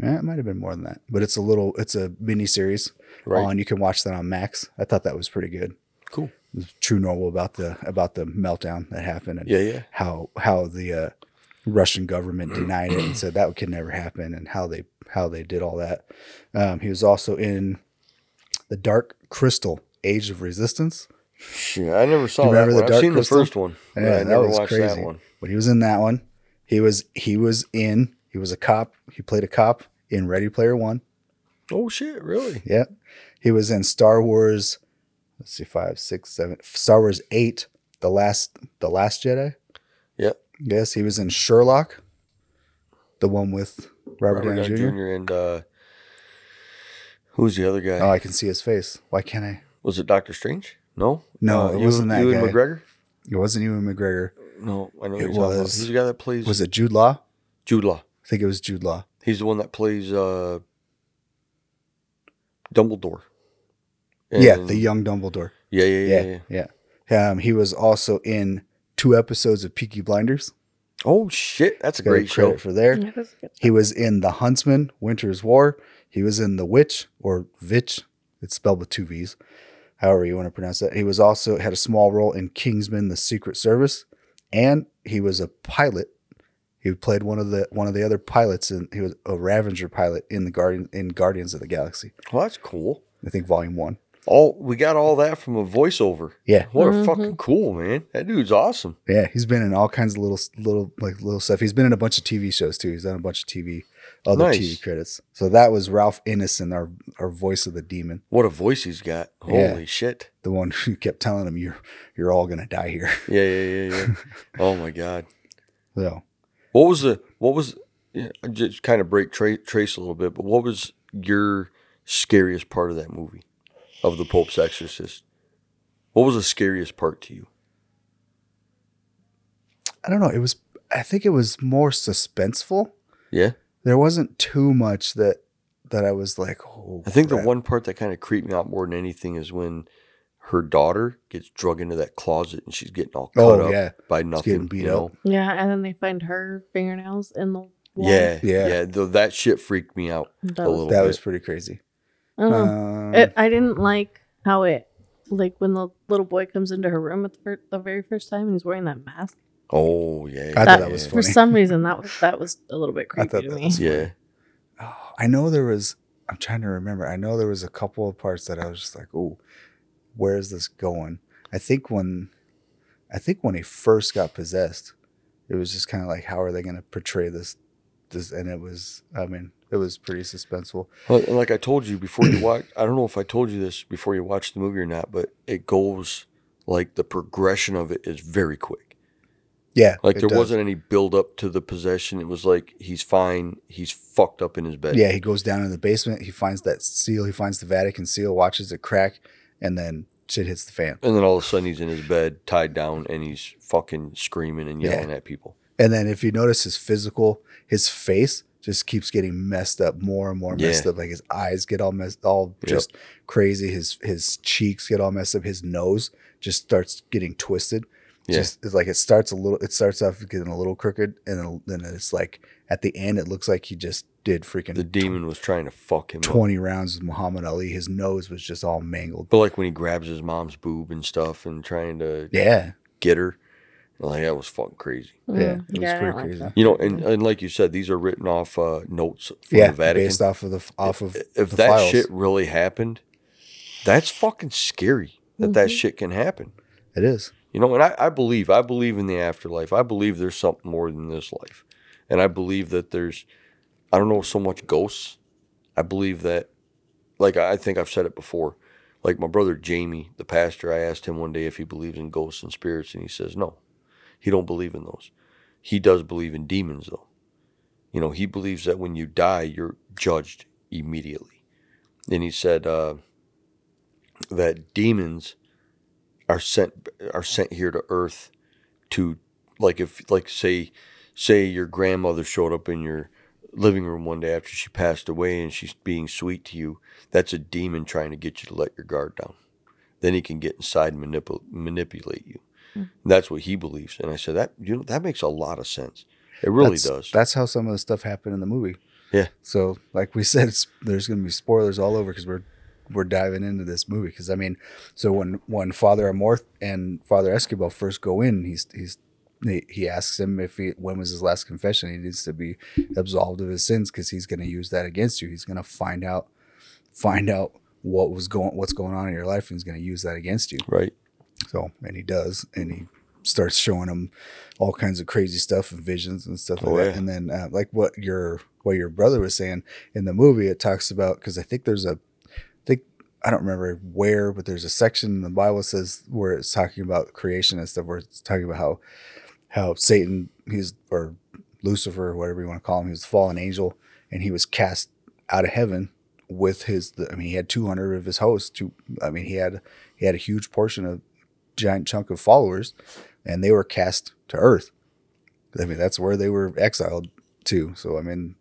Eh, it might have been more than that, but it's a little. It's a mini series. right. On you can watch that on Max. I thought that was pretty good. Cool. It's True Noble about the about the meltdown that happened. And Yeah. Yeah. how how the uh, Russian Mm. government denied it and said that could never happen, and how they how they did all that. Um, he was also in the Dark Crystal: Age of Resistance. Shit, I never saw that remember The one. I've Dark seen Crystal? the first one. but Yeah, I that never was watched crazy. that one. But he was in that one. He was he was in he was a cop. He played a cop in Ready Player One. Oh shit! Really? Yeah. He was in Star Wars. Let's see, five, six, seven. Star Wars eight, the last, the last Jedi. Yep. Yes, he was in Sherlock, the one with Robert, Downey Jr. and uh, who's the other guy? Oh, I can see his face. Why can't I? was it Doctor Strange? No. No, Uh, it Ewan- wasn't that Ewan guy. McGregor. It wasn't Ewan McGregor. No, I know It it was. was- Who's the guy that plays? Was it Jude Law? Jude Law? I think it was Jude Law. He's the one that plays uh, Dumbledore. yeah, And- the young Dumbledore. Yeah, yeah, yeah, Yeah, yeah. yeah. Um, he was also in two episodes of Peaky Blinders. Oh shit! That's a Got a great show. for there. Yeah, that's good. He was in The Huntsman, Winter's War. He was in The Witch or Vitch. It's spelled with two V's, however you want to pronounce that. He was also had a small role in Kingsman: The Secret Service, and he was a pilot. He played one of the one of the other pilots, and he was a Ravenger pilot in the Guardian in Guardians of the Galaxy. Well, that's cool. I think Volume One. All we got all that from a voiceover. Yeah. What a Mhm. fucking cool man. That dude's awesome. Yeah, he's been in all kinds of little little like little stuff. He's been in a bunch of TV shows too. He's done a bunch of TV other Nice. TV credits. So that was Ralph Ineson, our our voice of the demon. What a voice he's got. Holy Yeah. shit. the one who kept telling him you're you're all gonna die here. Yeah, yeah, yeah, yeah. oh my god. So What was the what was yeah, I just kind of break tra- trace a little bit, but what was your scariest part of that movie of the Pope's Exorcist? What was the scariest part to you? I don't know. It was I think it was more suspenseful. Yeah. There wasn't too much that that I was like, oh, I think the crap. one part that kind of creeped me out more than anything is when her daughter gets drug into that closet and she's getting all cut Oh up yeah, by getting nothing. beat you know? up. Yeah, and then they find her fingernails in the wall. Yeah, yeah, Yeah. yeah. Though that shit freaked me out. That a was- little that bit. was pretty crazy. I don't know. Um, It, I didn't like how it, like when the little boy comes into her room at the, fir- the very first time and he's wearing that mask. Oh yeah, I thought yeah, that was yeah. For Funny. some reason, that was that was a little bit I thought creepy to that me. was- yeah. oh, I know there was. I'm trying to remember. I know there was a couple of parts that I was just like, oh, where is this going? I think when, I think when he first got possessed, it was just kind of like, how are they going to portray this? This and it was. I mean, it was pretty suspenseful. Well, and like I told you before you watch, I don't know if I told you this before you watched the movie or not, but it goes like the progression of it is very quick. Yeah, Like it there does. wasn't any build up to the possession. It was like he's fine. He's fucked up in his bed. Yeah, he goes down in the basement. He finds that seal. He finds the Vatican seal. Watches it crack, and then shit hits the fan. And then all of a sudden he's in his bed, tied down, and he's fucking screaming and yelling at people. And then if you notice his physical, his face just keeps getting messed up more and more messed Yeah. up. Like his eyes get all messed, all Yep. just crazy. His his cheeks get all messed up. His nose just starts getting twisted. Yeah. Just it's like it starts a little. It starts off getting a little crooked, and then- then it's like at the end, it looks like he just did freaking The demon was trying to fuck him. Up. twenty rounds with Muhammad Ali. His nose was just all mangled. But like when he grabs his mom's boob and stuff and trying to Yeah, get her, like that was fucking crazy. Yeah, it was Mm, I pretty don't like crazy. that. You know, and, and like you said, these are written off uh, notes from yeah, the Vatican. based off of the f- off of if the that files. shit really happened, that's fucking scary that that Mhm. shit can happen. it is. You know, and I, I believe, I believe in the afterlife. I believe there's something more than this life. And I believe that there's, I don't know so much ghosts. I believe that, like, I I think I've said it before. Like, my brother Jamie, the pastor, I asked him one day if he believes in ghosts and spirits, and he says no. He don't believe in those. He does believe in demons, though. You know, he believes that when you die, you're judged immediately. And he said uh, that demons are sent are sent here to Earth to, like, if like say say your grandmother showed up in your living room one day after she passed away and she's being sweet to you, that's a demon trying to get you to let your guard down. Then he can get inside and manipul- manipulate you. Mm. That's what he believes. And I said that you know that makes a lot of sense. It really That's- does. That's how some of the stuff happened in the movie. Yeah. So, like we said, it's, there's going to be spoilers all over because we're we're diving into this movie. Because I mean, so when when Father Amorth and Father Escobar first go in, he's he's he, he asks him if he when was his last confession. He needs to be absolved of his sins because he's going to use that against you. He's going to find out find out what was going what's going on in your life and he's going to use that against you. right. So, and he does, and he starts showing him all kinds of crazy stuff and visions and stuff like Oh, that. yeah. And then uh, like what your what your brother was saying in the movie, it talks about because I think there's a I think I don't remember where, but there's a section in the Bible says where it's talking about creation and stuff, where it's talking about how how Satan he's or Lucifer, whatever you want to call him, he was a fallen angel, and he was cast out of heaven with his. I mean, he had 200 of his hosts. To I mean, he had he had a huge portion of giant chunk of followers, and they were cast to earth. I mean, that's where they were exiled to. So I mean,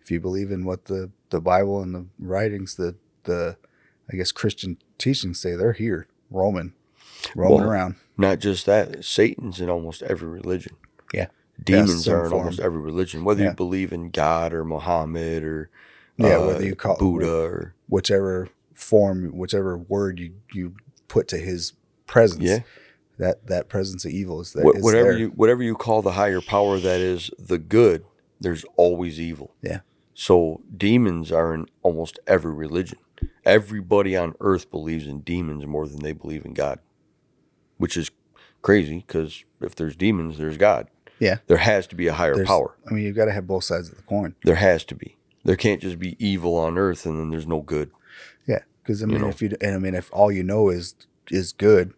if you believe in what the the Bible and the writings, the the I guess Christian teachings say, they're here, roaming, roaming Well, around. Not just that, Satan's in almost every religion. Yeah. Demons some are in form. almost every religion, whether Yeah. you believe in God or Muhammad or Yeah, uh, whether you call Buddha or whichever form, whichever word you you put to his presence. yeah, That that presence of evil is there. Wha- is whatever there. you whatever you call the higher power that is the good, there's always evil. Yeah. So demons are in almost every religion. Everybody on earth believes in demons more than they believe in God, which is crazy because if there's demons, there's God. Yeah. There has to be a higher There's- power. I mean, you've got to have both sides of the coin. There has to be. There can't just be evil on earth and then there's no good. Yeah, because I You mean, know. if you and I mean, if all you know is is good,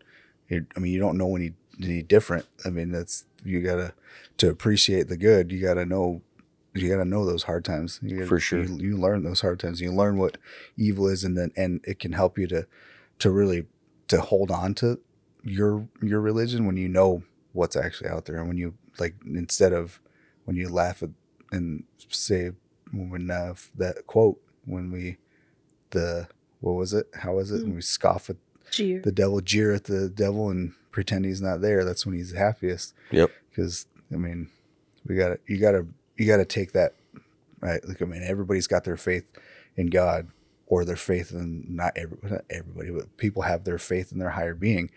you, I mean, you don't know any any different. I mean, that's you gotta to appreciate the good. You gotta know. You gotta know those hard times. You gotta, For sure. you, you learn those hard times. You learn what evil is, and then and it can help you to to really to hold on to your your religion when you know what's actually out there, and when you like instead of when you laugh at and say when uh, that quote when we the what was it? How was it? And we scoff at Cheer. the devil, jeer at the devil, and pretend he's not there. That's when he's happiest. Yep. Because I mean, we got to you got to you got to take that right. Like I mean, everybody's got their faith in God or their faith in not every not everybody, but people have their faith in their higher being.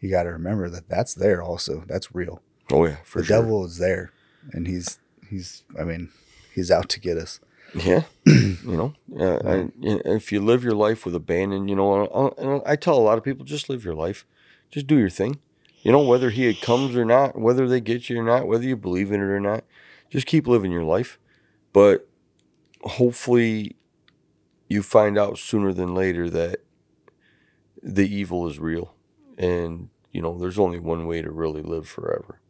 You got to remember that that's there also. That's real. Oh yeah, for the sure. devil is there, and he's he's I mean, he's out to get us. Yeah, you know, uh, I, if you live your life with abandon, you know, and I, and I tell a lot of people just live your life, just do your thing. You know, whether he comes or not, whether they get you or not, whether you believe in it or not, just keep living your life. But hopefully, you find out sooner than later that the evil is real, and you know, there's only one way to really live forever,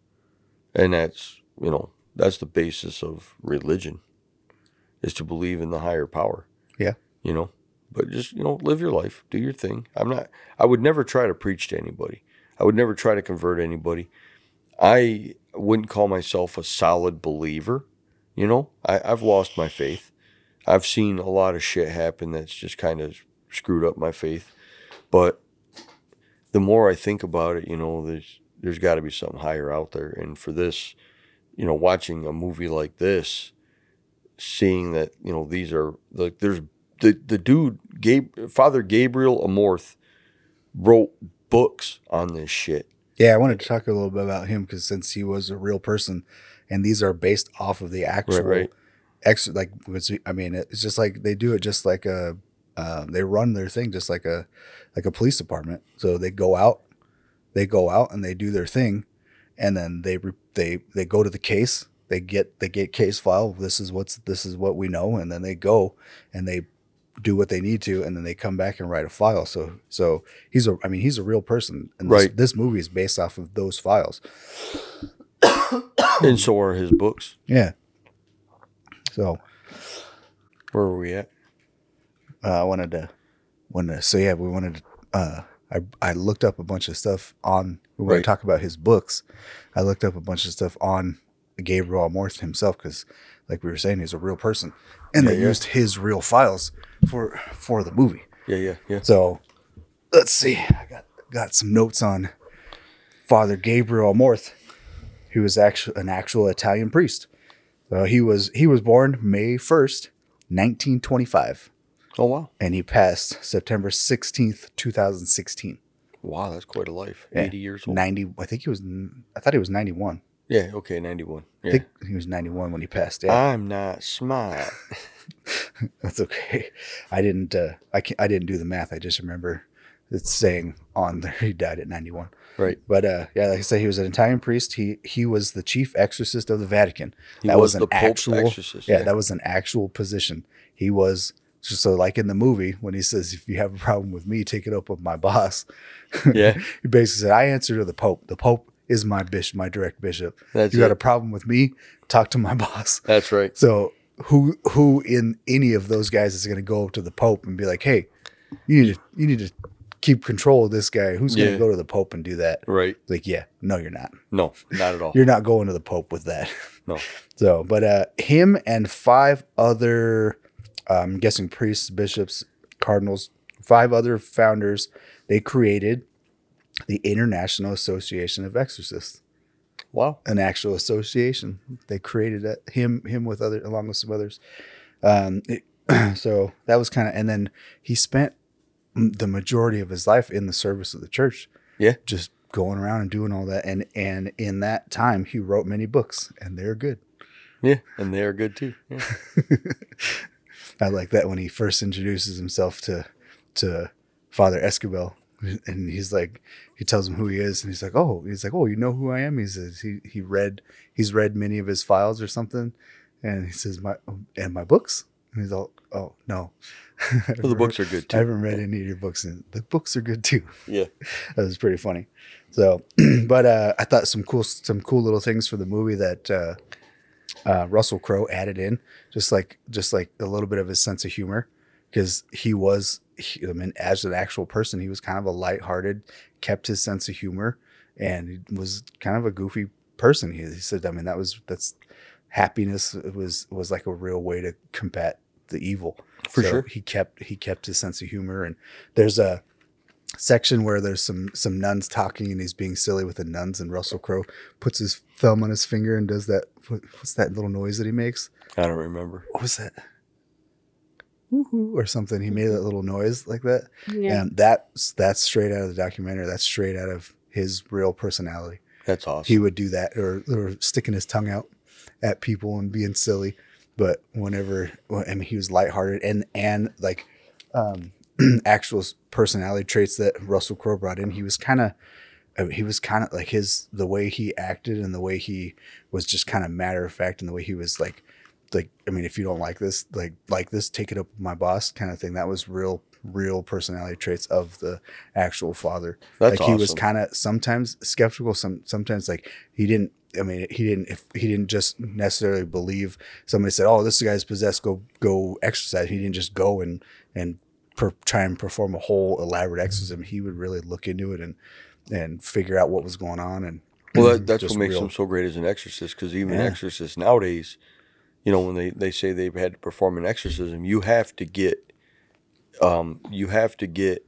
and that's you know, that's the basis of religion is to believe in the higher power. Yeah. You know, but just, you know, live your life, do your thing. I'm not, I would never try to preach to anybody. I would never try to convert anybody. I wouldn't call myself a solid believer. You know, I, I've lost my faith. I've seen a lot of shit happen that's just kind of screwed up my faith. But the more I think about it, you know, there's, there's got to be something higher out there. And for this, you know, watching a movie like this, seeing that you know these are like there's the the dude Gab- Father Gabriel Amorth wrote books on this shit. Yeah, I wanted to talk a little bit about him because since he was a real person, and these are based off of the actual, right. ex- like was I mean, it's just like they do it just like a, um, they run their thing just like a, like a police department. So they go out, they go out and they do their thing, and then they re- they they go to the case, they get they get case file. This is what's this is what we know, and then they go and they do what they need to, and then they come back and write a file. So so he's a I mean he's a real person, and this, Right. this movie is based off of those files. And so are his books. Yeah. So Where are we at? uh, I wanted to, wanted to, so yeah, we wanted to, uh, I, I looked up a bunch of stuff on, we want to Right. talk about his books. I looked up a bunch of stuff on Gabriel Morth himself. Cause like we were saying, he's a real person and Yeah, they yeah. used his real files for, for the movie. Yeah, yeah, yeah. So let's see. I got got some notes on Father Gabriel Morth, who was actually an actual Italian priest. So he was he was born May first, nineteen twenty five, Oh wow, and he passed September sixteenth, two thousand sixteen. wow, that's quite a life. Yeah. Eighty years old. Ninety, I think he was. n- I thought he was ninety one. yeah, okay, ninety-one. I Yeah. Uh-huh. think he was ninety one when he passed. Yeah, I'm not smart. that's okay. I didn't. Uh, I can't, I didn't do the math. I just remember. it's saying on there he died at 91. Right. But uh, yeah, like I said, he was an Italian priest. He he was the chief exorcist of the Vatican. He That was was an the Pope's actual- exorcist. Yeah, that was an actual position. He was just so like in the movie when he says, "If you have a problem with me, take it up with my boss." yeah. he basically said, "I answer to the Pope. The Pope is my bishop, my direct bishop. If That's you got it. a problem with me, talk to my boss." That's right. So who who in any of those guys is going to go up to the Pope and be like, "Hey, you need to, you need to keep control of this guy"? Who's going to Yeah. go to the Pope and do that? Right. Like, yeah, no, you're not. No, not at all. You're not going to the Pope with that. No. So, but uh, him and five other, um, I'm guessing priests, bishops, cardinals, five other founders, they created the International Association of Exorcists, wow. an actual association. They created that him him with other along with some others. Um, it- so that was kind of, and then he spent m- the majority of his life in the service of the church. Yeah. just going around and doing all that, and and in that time he wrote many books, and they're good. Yeah. And they are good too. Yeah. I like that when he first introduces himself to to Father Escobel, and he's like, he tells him who he is, and he's like, oh, he's like, oh, you know who I am? He says he he read he's read many of his files or something, and he says my and my books, and he's all, oh no, Well, Oh, the books are good I too. haven't read any of your books, and the books are good too. Yeah. that was pretty funny. So, but uh, I thought some cool, some cool little things for the movie that uh, uh, Russell Crowe added in, just like, just like a little bit of his sense of humor, because he was, he- I mean, as an actual person, he was kind of a lighthearted, kept his sense of humor, and he was kind of a goofy person. He, he said, I mean, that was that's happiness was was like a real way to combat the evil For So sure. He kept he kept his sense of humor, and there's a section where there's some some nuns talking and he's being silly with the nuns and Russell Crowe puts his thumb on his finger and does that what, what's that little noise that he makes? I don't remember. What was that? Woohoo or something. He made that little noise like that. Yeah. And that's that's straight out of the documentary. That's straight out of his real personality. That's awesome. He would do that or or sticking his tongue out at people and being silly. But whenever well, I mean he was lighthearted and and like um actual personality traits that Russell Crowe brought in, he was kind of I mean, he was kind of like his the way he acted and the way he was just kind of matter of fact and the way he was like like I mean if you don't like this like like this take it up with my boss kind of thing that was real real personality traits of the actual father That's like awesome. he was kind of sometimes skeptical some sometimes like he didn't i mean he didn't if he didn't just necessarily believe somebody said oh this guy's possessed go go exercise he didn't just go and and per, try and perform a whole elaborate exorcism he would really look into it and and figure out what was going on and Well, that, that's just what makes real- him so great as an exorcist, because even Yeah. exorcists nowadays, you know, when they, they say they've had to perform an exorcism, you have to get, um, you have to get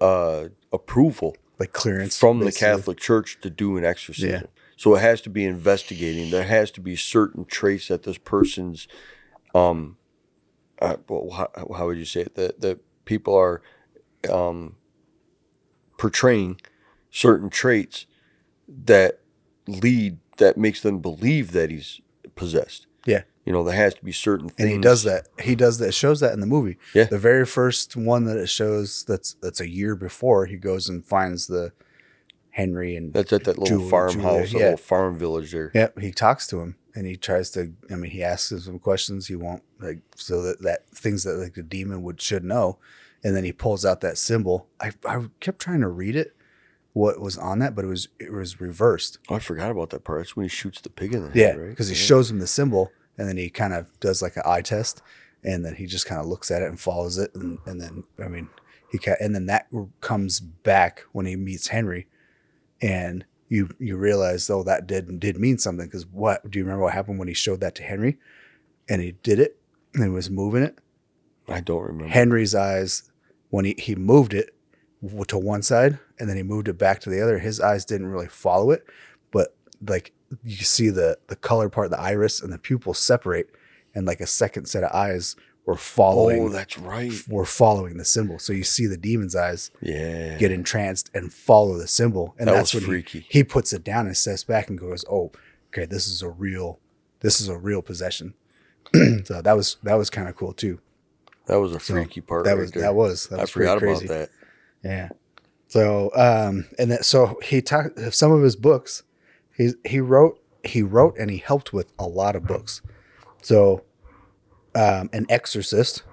uh, approval like clearance from the basically. Catholic Church to do an exorcism. Yeah. So it has to be investigating. There has to be certain traits that this person's, um, uh, well, how, how would you say it? That that people are, um, portraying certain traits that lead that makes them believe that he's possessed. Yeah. You know, there has to be certain things. and he does that he does that shows that in the movie Yeah. the very first one that it shows that's that's a year before he goes and finds the henry and That's at that little Jewel- farmhouse, jewel- that yeah. little farm village there. Yep, he talks to him and he tries to. I mean, he asks him some questions. He won't like so that that things that like the demon would should know, and then he pulls out that symbol. I I kept trying to read it, what was on that, but it was it was reversed. Oh, I forgot about that part. That's when he shoots the pig in the Yeah, head, right? because he shows him the symbol, and then he kind of does like an eye test, and then he just kind of looks at it and follows it, and, and then I mean, he ca- and then that comes back when he meets Henry, and you you realize oh that did did mean something because what do you remember what happened when he showed that to Henry, and he did it and was moving it. I don't remember. Henry's eyes when he he moved it w- to one side and then he moved it back to the other. His eyes didn't really follow it, but like you see the the color part, the iris and the pupil separate, and like a second set of eyes were Oh, following. that's right. were following the symbol, so you see the demon's eyes Yeah. get entranced and follow the symbol, and that that's was when he, freaky. he puts it down and steps back and goes, "Oh, okay, this is a real, this is a real possession." so that was that was kind of cool too. that was a So, freaky part. That right was there. that was that was I pretty forgot crazy. about that. Yeah. So um and that so he talked some of his books he he wrote he wrote and he helped with a lot of books. So um an exorcist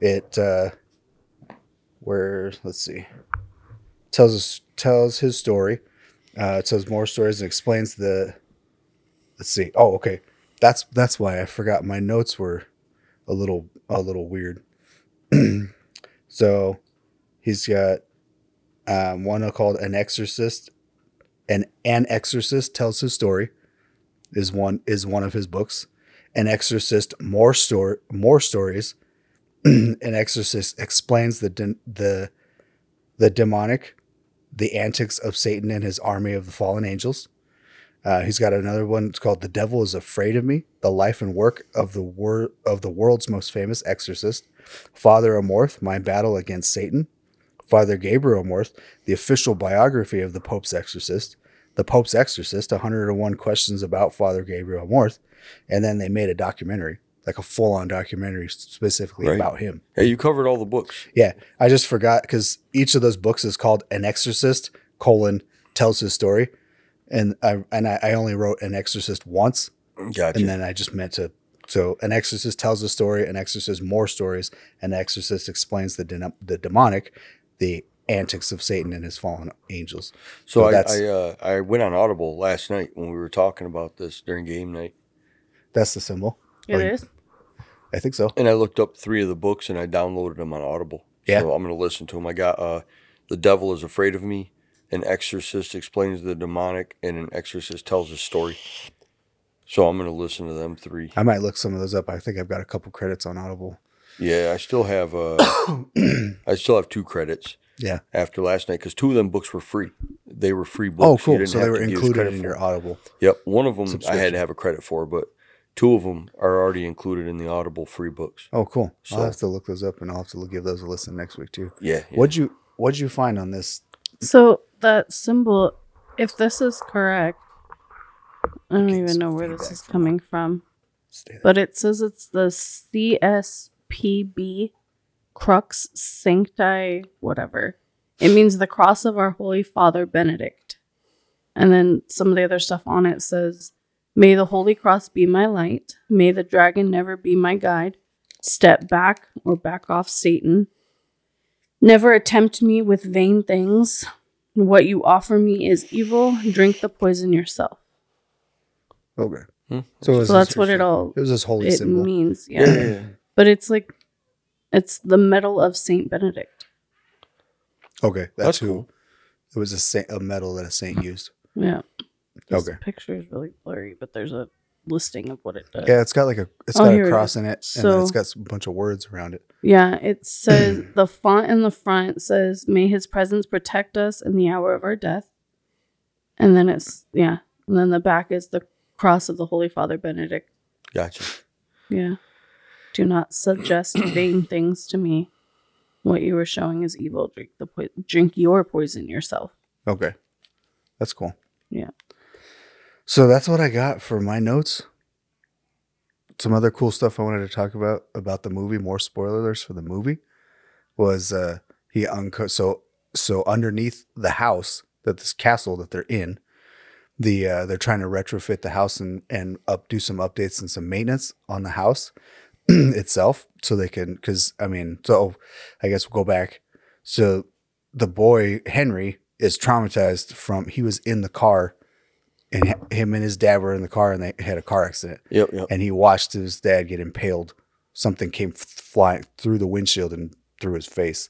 it uh where let's see tells us tells his story uh it tells more stories and explains the let's see oh okay that's that's why i forgot my notes were a little a little weird so he's got um, one called an exorcist and an exorcist tells his story is one is one of his books an exorcist more story more stories an exorcist explains the den- the the demonic the antics of satan and his army of the fallen angels uh, he's got another one it's called the devil is afraid of me the life and work of the wor- of the world's most famous exorcist father amorth my battle against satan father gabriel amorth the official biography of the pope's exorcist the pope's exorcist 101 questions about father gabriel amorth and then they made a documentary like a full-on documentary specifically Right. about him Hey, you covered all the books. I just forgot because each of those books is called An Exorcist colon tells his story, and I and I, I only wrote An Exorcist once, Gotcha. and then I just meant to. So An Exorcist tells a story, An Exorcist more stories, An Exorcist explains the den- the demonic, the antics of Satan and his fallen angels. so so I that's- I, uh, I went on Audible last night when we were talking about this during game night, That's the symbol. It Oh, is. you- I think so. and I looked up three of the books and I downloaded them on Audible. Yeah. So I'm gonna listen to them. I got uh, "The Devil Is Afraid of Me," "An Exorcist Explains the Demonic," and "An Exorcist Tells a Story." So I'm gonna listen to them three. I might look some of those up. I think I've got a couple credits on Audible. Yeah, I still have uh, I still have two credits. Yeah. After last night, because two of them books were free. They were free books. oh, You cool. didn't So have they were to use included credit in for your them. Audible. Yep, one of them I had subscription. to have a credit for, but two of them are already included in the Audible free books. Oh, cool. So- I'll have to look those up, and I'll have to give those a listen next week too. Yeah, yeah. What'd you What'd you find on this? So that symbol, if this is correct, I don't Okay, even some know where this feedback is from coming from, Stay there. but it says it's the CSPB Crux Sancti, whatever. It means the cross of our Holy Father Benedict. And then some of the other stuff on it says, May the Holy Cross be my light. May the dragon never be my guide. Step back or back off, Satan. Never tempt me with vain things. What you offer me is evil. Drink the poison yourself. Okay. Hmm. So, it was So that's this- what it all It was this holy it symbol. means. yeah, Yeah. yeah, yeah. But it's like it's the medal of Saint Benedict. okay, that's, That's who. cool. It Hmm. was a saint, a medal that a saint used. Yeah. This Okay. picture is really blurry, but there's a listing of what it does. Yeah, it's got like a it's Oh, got here it a cross in it, and then it's So- got a bunch of words around it. Yeah, it says the font in the front says, "May His presence protect us in the hour of our death." And then it's yeah, and then the back is the cross of the Holy Father Benedict. Gotcha. Yeah, do not suggest vain things to me. What you are showing is evil. Drink the po- drink your poison yourself. Okay, that's cool. Yeah. So that's what I got for my notes. Some other cool stuff I wanted to talk about about the movie. More spoilers for the movie was uh he unco so so underneath the house that this castle that they're in, the uh, they're trying to retrofit the house and and up do some updates and some maintenance on the house itself so they can because I mean so I guess we'll go back so the boy Henry is traumatized from he was in the car and h- him and his dad were in the car and they had a car accident Yep, yep. and he watched his dad get impaled something came f- flying through the windshield and through his face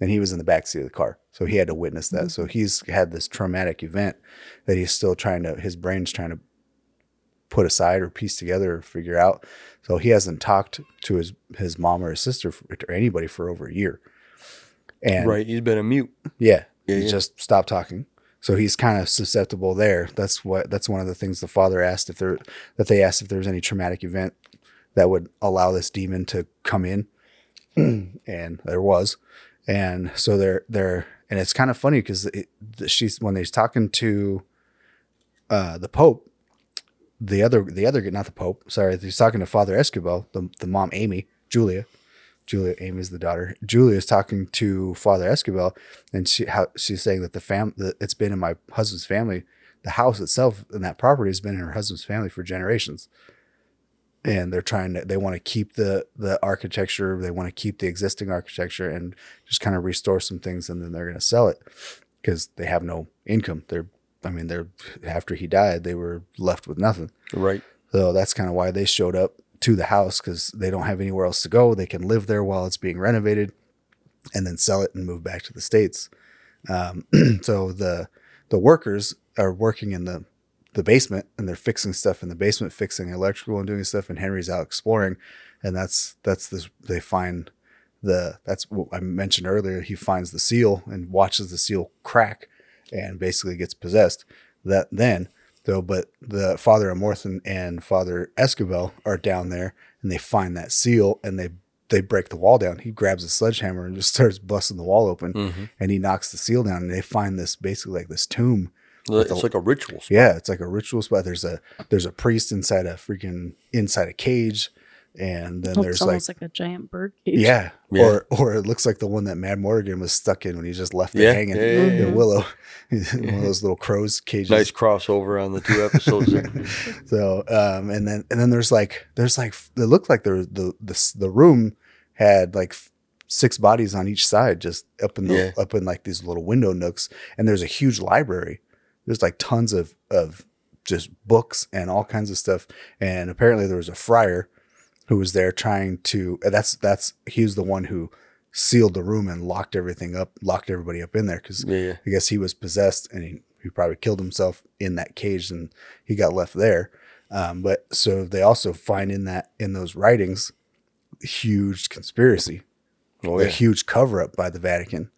and he was in the back seat of the car so he had to witness that so he's had this traumatic event that he's still trying to his brain's trying to put aside or piece together or figure out so he hasn't talked to his his mom or his sister f- or anybody for over a year and right, he's been a mute. yeah Yeah, he yeah. just stopped talking. So he's kind of susceptible there. That's what that's one of the things the father asked if there that they asked if there was any traumatic event that would allow this demon to come in. and there was. And so they're they're and it's kind of funny because she's when he's talking to uh the Pope, the other the other not the Pope, sorry, he's talking to Father Escobar, the, the mom Amy, Julia, Julia Amy's the daughter. Julia is talking to Father Escobar, and she how, she's saying that the fam that it's been in my husband's family. The house itself and that property has been in her husband's family for generations, and they're trying to they want to keep the the architecture. They want to keep the existing architecture and just kind of restore some things, and then they're going to sell it because they have no income. They're I mean they're after he died they were left with nothing. Right. So that's kind of why they showed up to the house because they don't have anywhere else to go. They can live there while it's being renovated and then sell it and move back to the States. Um, so the the workers are working in the the basement and they're fixing stuff in the basement, fixing electrical and doing stuff. And Henry's out exploring, and that's that's this. They find the that's what I mentioned earlier. He finds the seal and watches the seal crack, and basically gets possessed. That then though, but the Father Amorthan and Father Escobel are down there and they find that seal and they they break the wall down. He grabs a sledgehammer and just starts busting the wall open Mm-hmm. and he knocks the seal down and they find this basically like this tomb. It's the- like a ritual. spot. Yeah, it's like a ritual spot. There's a there's a priest inside a freaking inside a cage and then It's there's like, almost like, a giant bird cage. yeah, Yeah. Or or it looks like the one that Mad Morgan was stuck in when he just left it Yeah. hanging. yeah, Mm-hmm. yeah, yeah. The willow. one of those little crows cages. Nice crossover on the two episodes. there. so um and then and then there's like there's like it looked like there the the s- the room had like f- six bodies on each side just up in the Yeah. up in like these little window nooks and there's a huge library there's like tons of of just books and all kinds of stuff and apparently there was a friar who was there trying to and that's that's he was the one who sealed the room and locked everything up locked everybody up in there because Yeah, yeah. I guess he was possessed and he, he probably killed himself in that cage and he got left there. Um, but so they also find in that in those writings huge conspiracy, Oh, a yeah. huge cover up by the Vatican.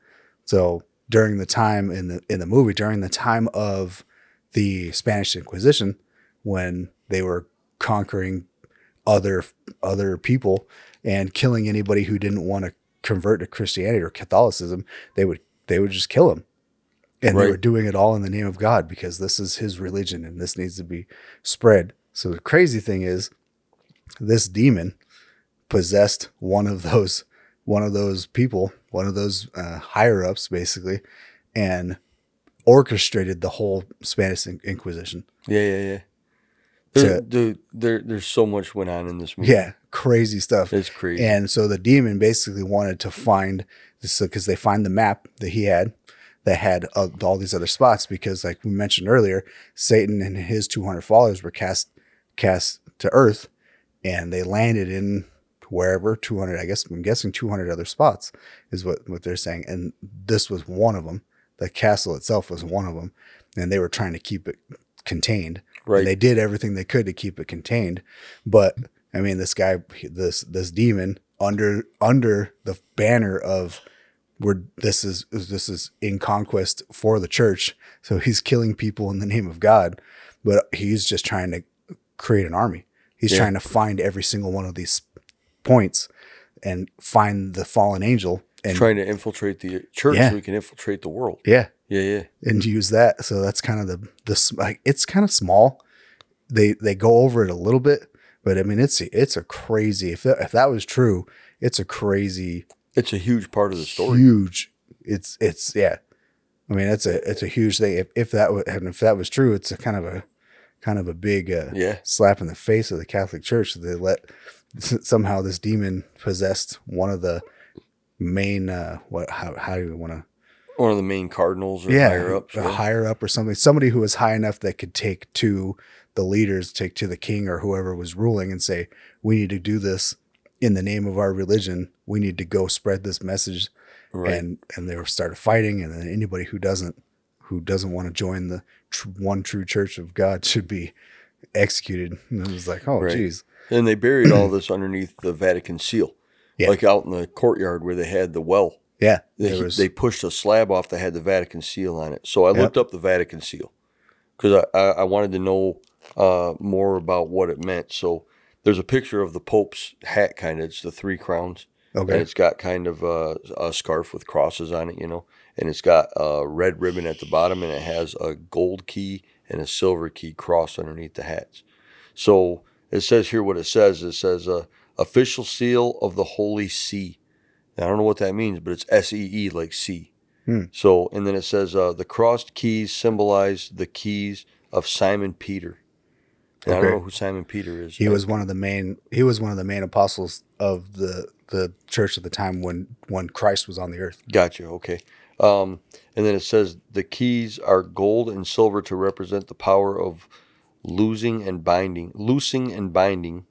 So during the time in the in the movie, during the time of the Spanish Inquisition, when they were conquering other other people and killing anybody who didn't want to convert to Christianity or Catholicism, they would they would just kill him. And they Right. were doing it all in the name of God because this is his religion and this needs to be spread. So the crazy thing is this demon possessed one of those one of those people, one of those uh, higher ups basically and orchestrated the whole Spanish In- Inquisition. Yeah, yeah, yeah. There, To- dude, there, there's so much went on in this movie. Yeah, crazy stuff. It's crazy. And so the demon basically wanted to find this because they find the map that he had that had uh, all these other spots because, like we mentioned earlier, Satan and his 200 followers were cast cast to Earth, and they landed in wherever 200. I guess I'm guessing 200 other spots is what what they're saying, and this was one of them. The castle itself was one of them, and they were trying to keep it contained. right. And they did everything they could to keep it contained, but I mean, this guy, this this demon under under the banner of we're this is this is in conquest for the church, so he's killing people in the name of God, but he's just trying to create an army. He's Yeah. trying to find every single one of these points and find the fallen angel and trying to infiltrate the church Yeah. so we can infiltrate the world. yeah, Yeah, yeah. and use that. So that's kind of the the s- like it's kind of small. They they go over it a little bit, but I mean it's it's a crazy if that, if that was true, it's a crazy It's a huge part of the story. huge. It's it's yeah. I mean it's a it's a huge thing. If if that was and if that was true, it's a kind of a kind of a big uh, Yeah. slap in the face of the Catholic Church. that They let s- somehow this demon possessed one of the main uh what how how do you want to One of the main cardinals or yeah, higher ups. a right? higher up or something, somebody who was high enough that could take to the leaders, take to the king or whoever was ruling, and say, "We need to do this in the name of our religion. We need to go spread this message." right. And and they were started fighting, and then anybody who doesn't who doesn't want to join the tr- one true church of God should be executed. And it was like, oh, Right. geez, and they buried all this underneath the Vatican seal, Yeah. like out in the courtyard where they had the well. yeah, They, there was- they pushed a slab off that had the Vatican seal on it. So I Yep. looked up the Vatican seal because I, I, I wanted to know uh, more about what it meant. So there's a picture of the Pope's hat, kind of. It's the three crowns, and okay, it's got kind of a, a scarf with crosses on it, you know, and it's got a red ribbon at the bottom, and it has a gold key and a silver key crossed underneath the hats. So it says here what it says. It says uh, official seal of the Holy See. Now, I don't know what that means, but it's S E E, like C. Hmm. So, and then it says uh, the crossed keys symbolize the keys of Simon Peter. And I Okay. don't know who Simon Peter is. He was one of the main. He was one of the main apostles of the the church at the time when when Christ was on the earth. Gotcha. Okay. Um, and then it says the keys are gold and silver to represent the power of losing and binding, loosing and binding.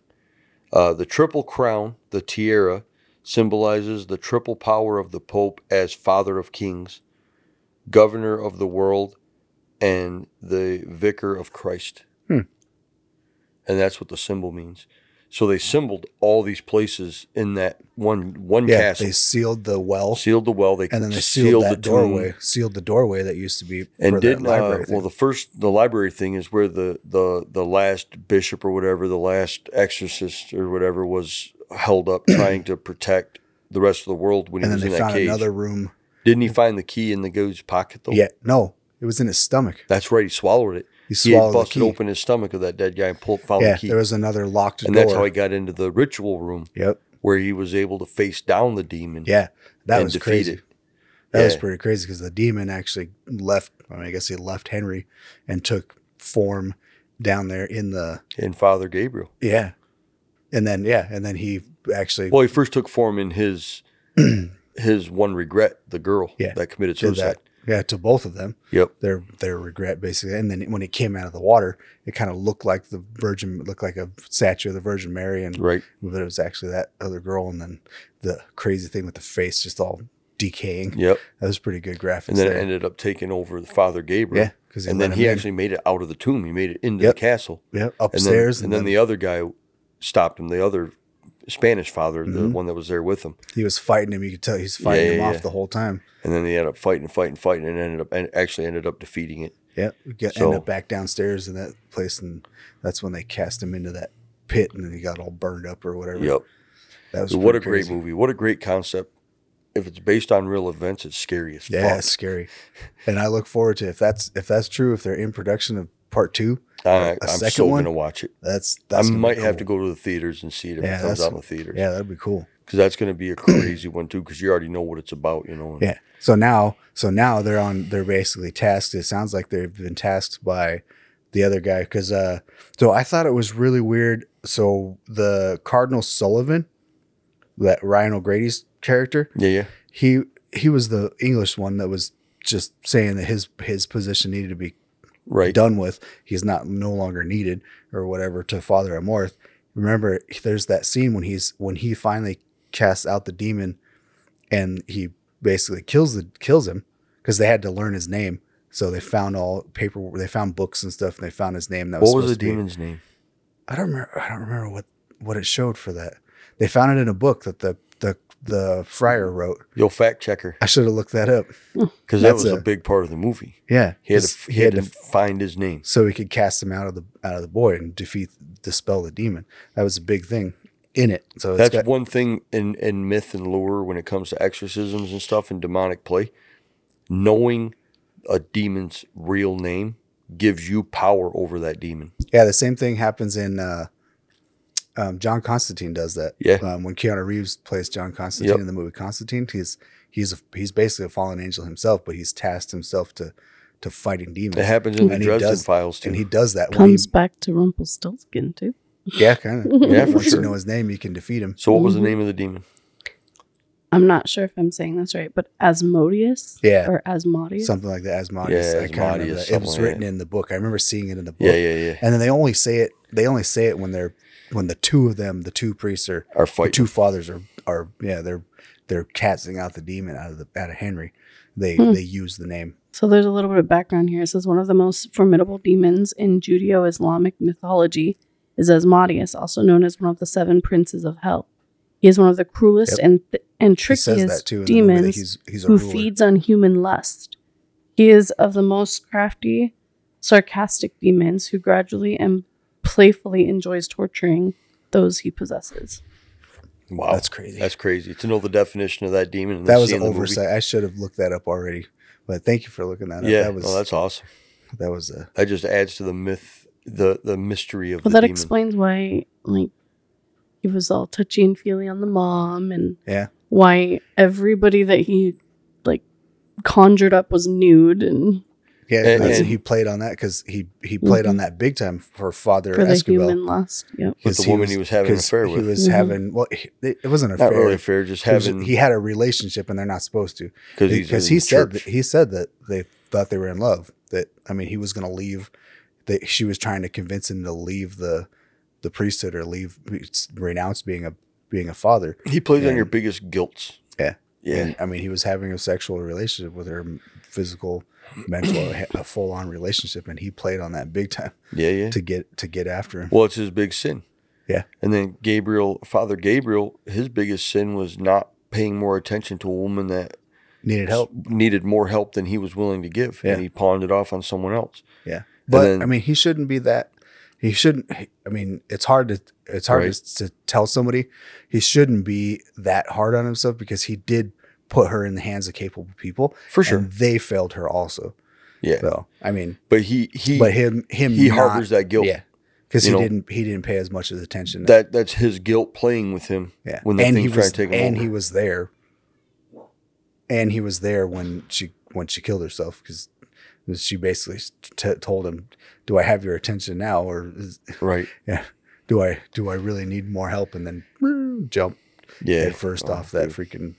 Uh, the triple crown, the tiara, symbolizes the triple power of the Pope as Father of Kings, Governor of the world, and the Vicar of Christ. Hmm. And that's what the symbol means. So they symboled all these places in that one one Yeah, castle they sealed the well, sealed the well. They and then they sealed, sealed, that the doorway. doorway Sealed the doorway that used to be and for did that library. uh, thing. well. The first, the library thing is where the the the last bishop or whatever, the last exorcist or whatever, was held up trying to protect the rest of the world when he and then was in they that found cage. another room. Didn't he find the key in the goat's pocket though? Yeah, no, it was in his stomach. that's right. He swallowed it. He He had swallowed the busted key. open his stomach of that dead guy and pulled found yeah, the key, there was another locked and door. that's how he got into the ritual room yep. where he was able to face down the demon. Yeah, that and was defeat crazy. it. That was Yeah. pretty crazy because the demon actually left. I mean, I guess he left Henry and took form down there in the And Father Gabriel. yeah, and then yeah, and then he actually Well, he first took form in his his one regret, the girl Yeah, that committed did suicide. that. Yeah, to both of them. Yep. Their their regret basically, and then when he came out of the water, it kind of looked like the Virgin, looked like a statue of the Virgin Mary, and Right. but it was actually that other girl. And then the crazy thing with the face just all decaying. Yep. That was pretty good graphics. And then it there. ended up taking over the Father Gabriel. yeah, because And then he actually made it out of the tomb. He made it into Yep. the castle. yeah And then, upstairs, and then, the other guy stopped him, the other Spanish father, the Mhm. one that was there with him. he was fighting him. You could tell he's fighting Yeah, him yeah, off yeah. the whole time. And then they ended up fighting, fighting, fighting, and ended up and actually ended up defeating it. Yeah, we get So- end up back downstairs in that place, and that's when they cast him into that pit, and then he got all burned up or whatever. Yep. That was What a pretty great crazy. movie. What a great concept. If it's based on real events, it's scary as Yeah, fuck. it's scary. And I look forward to if that's if that's true. If they're in production of part two, I, A I'm second so one? going to watch it. that's that's I gonna be might have to cool. go to the theaters and see it if Yeah, it comes that's- out in the theaters. Yeah, that'd be cool. Because that's going to be a crazy one too. Because you already know what it's about, you know. and- Yeah. So now, so now they're on. They're basically tasked. It sounds like they've been tasked by the other guy because. Uh, so I thought it was really weird. So the Cardinal Sullivan, that Ryan O'Grady's character, Yeah, yeah. he he was the English one that was just saying that his his position needed to be Right. done with. He's not no longer needed or whatever to Father Amorth. Remember, there's that scene when he's when he finally casts out the demon, and he basically kills the kills him because they had to learn his name. So they found all paper. They found books and stuff, and they found his name. That was What was the supposed to be- demon's name? I don't remember. I don't remember what what it showed for that. They found it in a book that the the the friar Hmm. wrote. Yo, fact checker. I should have looked that up. Because that That's was a, a- big part of the movie. Yeah, He had Just- to, he had to find his name. so he could cast him out of the out of the boy and defeat dispel the demon. That was a big thing in it. So it's That's got- one thing in, in myth and lore when it comes to exorcisms and stuff and demonic play. Knowing a demon's real name gives you power over that demon. yeah. The same thing happens in uh, um, John Constantine does that. Yeah. Um, when Keanu Reeves plays John Constantine Yep. in the movie Constantine, he's he's a, he's basically a fallen angel himself, but he's tasked himself to to fighting demons. It happens in the And he Dresden does- Files too. and he does that when he, Comes back to Rumpelstiltskin too. yeah, kind of. Yeah, for Once sure. you know his name, you can defeat him. so what was the Mhm. name of the demon? I'm not sure if I'm saying this right, but Asmodeus Yeah. or Asmodeus. Something like that, Asmodeus. Yeah, I can't remember Asmodeus, that. It was something like written that. in the book. I remember seeing it in the book. Yeah, yeah, yeah. And then they only say it. They only say it when they're when the two of them, the two priests are, Our the fight. two fathers are are yeah they're they're casting out the demon out of the out of Henry. They Hmm. they use the name. So there's a little bit of background here. It says one of the most formidable demons in Judeo-Islamic mythology is Asmodeus, also known as one of the seven princes of hell. He is one of the cruelest Yep. and th- and He says that trickiest too in the movie. That demons he's he's a who ruler. feeds on human lust. He is of the most crafty, sarcastic demons who gradually and playfully enjoys torturing those he possesses. Wow. That's crazy. That's crazy. To know the definition of that demon and that then was seeing an the movie. oversight. I should have looked that up already. But thank you for looking that up. Yeah, that was no, that's awesome. that was a that just adds to the myth the the mystery of Well, the that demon. explains why, like, It was all touchy and feely on the mom and Yeah. why everybody that he like conjured up was nude and Yeah, And- that's- and- he played on that because he he played on that big time for Father Mm-hmm. for the Escobar. human lust. Yep. With 'Cause the woman he was having an 'cause affair he with. was Mhm. having well, he- it it wasn't an Not affair. really fair, just He was- having he had a relationship and they're not supposed to because he's because in he said church. that, he said that they thought they were in love. That I mean, he was going to leave. That she was trying to convince him to leave the the priesthood or leave renounce being a being a father. He plays on Yeah. your biggest guilts. Yeah. Yeah. And, I mean, he was having a sexual relationship with her, physical, mental, a full on relationship, and he played on that big time yeah, yeah. to get to get after him. Well, it's his big sin. Yeah. And then Gabriel, Father Gabriel, his biggest sin was not paying more attention to a woman that Needed help, needed more help than he was willing to give. Yeah. And he pawned it off on someone else. but then- I mean, he shouldn't be that. He shouldn't. I mean, it's hard to it's hard Right. to, to tell somebody he shouldn't be that hard on himself because he did put her in the hands of capable people, For sure. and they failed her also. yeah. So I mean, But he he but him him he not- harbors that guilt. yeah, because he You know, didn't he didn't pay as much as attention That that's his guilt playing with him. Yeah. when the and thing's he trying was, to take him and over. he was there. And he was there when she when she killed herself because she basically t- told him, "Do I have your attention now, or is, Right. do I do I really need more help?" And then "Woo," jump Yeah. head first Oh, off that dude. freaking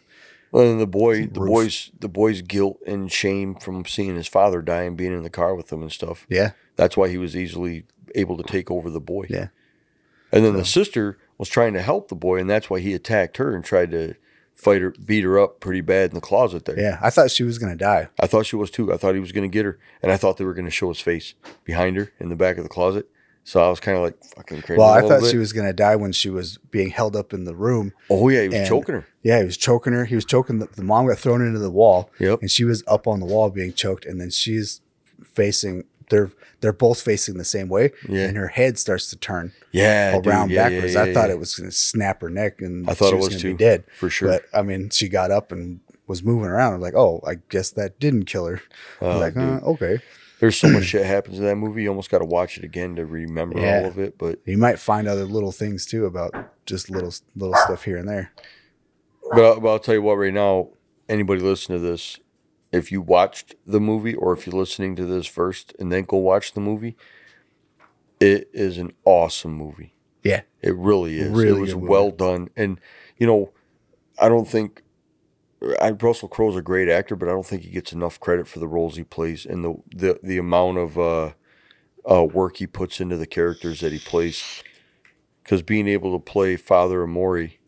Well, and the boy, the Roof. boy's, the boy's guilt and shame from seeing his father die and being in the car with him and stuff. yeah That's why he was easily able to take over the boy. Yeah. And then the sister was trying to help the boy, and that's why he attacked her and tried to fight her, beat her up pretty bad in the closet there. yeah. I thought she was gonna die. I thought she was too. I thought he was going to get her, and I thought they were going to show his face behind her in the back of the closet. So I was kind of like fucking crazy. Well, I thought she was gonna die when she was being held up in the room. Oh yeah, he was and- choking her. Yeah, he was choking her. He was choking. The, the mom got thrown into the wall. Yep. and she was up on the wall being choked and then she's facing they're they're both facing the same way Yeah. and her head starts to turn Yeah. dude, around yeah, yeah, backwards yeah, i thought yeah. it was going to snap her neck and I thought she it was gonna too. be dead for sure. but i mean she got up and was moving around i'm like oh i guess that didn't kill her Oh, like dude. uh, okay There's so much shit happens in that movie. You almost got to watch it again to remember Yeah. all of it. But you might find other little things too about just little little stuff here and there but I'll, but I'll tell you what. Right now, anybody listening to this, if you watched the movie or if you're listening to this first and then go watch the movie, it is an awesome movie. Yeah. it really is. Really it was good movie. well done, and you know, I don't think. I, Russell Crowe's a great actor, but I don't think he gets enough credit for the roles he plays and the the, the amount of uh, uh, work he puts into the characters that he plays. Because being able to play Father Amori,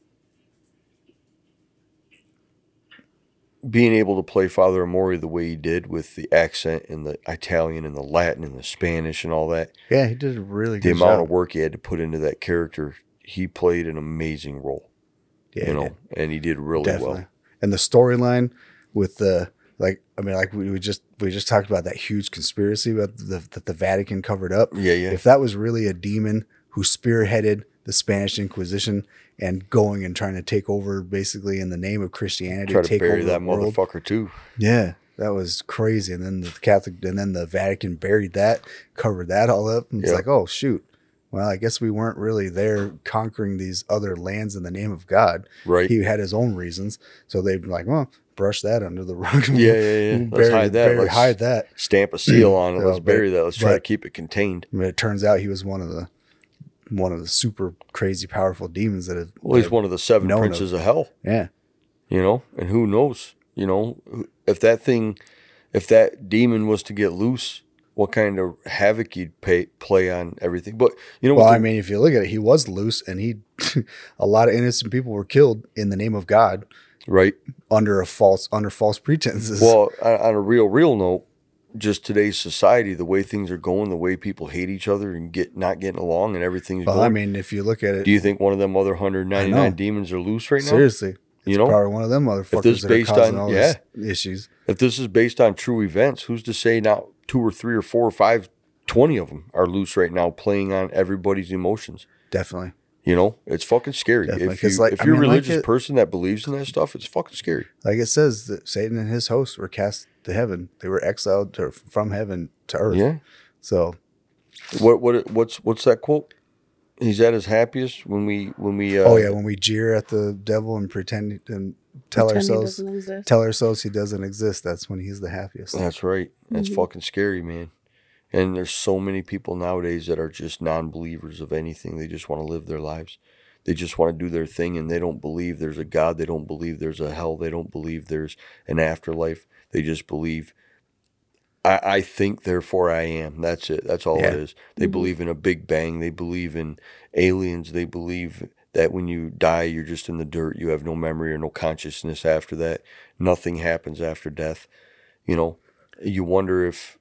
being able to play Father Amori the way he did with the accent and the Italian and the Latin and the Spanish and all that, yeah he did a really the good amount job. of work he had to put into that character, he played an amazing role. yeah, you he know, did. and he did really well. And the storyline with the like, I mean, like we, we just we just talked about that huge conspiracy that the, that the Vatican covered up. Yeah, yeah. If that was really a demon who spearheaded the Spanish Inquisition and going and trying to take over, basically in the name of Christianity, Try to take bury over that the world. motherfucker too. Yeah, that was crazy. And then the Catholic, and then the Vatican buried that, covered that all up. And it's Yeah. like, oh shoot. Well, I guess we weren't really there conquering these other lands in the name of God Right. he had his own reasons. So they've been like, well, brush that under the rug. yeah, yeah, yeah. Let's bury, hide that. bury- Let's hide that. stamp a seal on it. Yeah, Let's but- bury that. Let's try to but- keep it contained. I mean, it turns out he was one of the one of the super crazy powerful demons that have. Well, he's that- one of the seven known of- princes of hell. Yeah, you know and who knows you know if that thing if that demon was to get loose what kind of havoc he'd pay, play on everything but you know Well, what I mean, if you look at it, he was loose, and he a lot of innocent people were killed in the name of God right under a false under false pretenses. well on, on a real real note just today's society the way things are going the way people hate each other and get not getting along and everything's Well, going I mean, if you look at it do you think one of them other 199 know. demons are loose right now seriously, you know probably one of them this motherfuckers that are based causing on- all these issues. if this is based on true events, who's to say not two or three or four or five, 20 of them are loose right now playing on everybody's emotions? Definitely. You know, it's fucking scary. Definitely, If, you, 'cause, like, if I you're mean, a like religious it- person that believes in that stuff, it's fucking scary. like it says that Satan and his hosts were cast to heaven. They were exiled to, from heaven to earth. Yeah. So What what what's what's that quote? He's at his happiest when we when we. Uh, oh yeah, when we jeer at the devil and pretend and tell Pretend he ourselves doesn't exist. tell ourselves he doesn't exist, that's when he's the happiest. That's right. That's Mhm. fucking scary, man. And there's so many people nowadays that are just non-believers of anything. They just want to live their lives. They just want to do their thing, and they don't believe there's a God. They don't believe there's a hell. They don't believe there's an afterlife. They just believe. I, I think, therefore, I am. That's it. That's all Yeah. it is. They Mhm. believe in a big bang. They believe in aliens. They believe that when you die, you're just in the dirt. You have no memory or no consciousness after that. Nothing happens after death. You know, you wonder if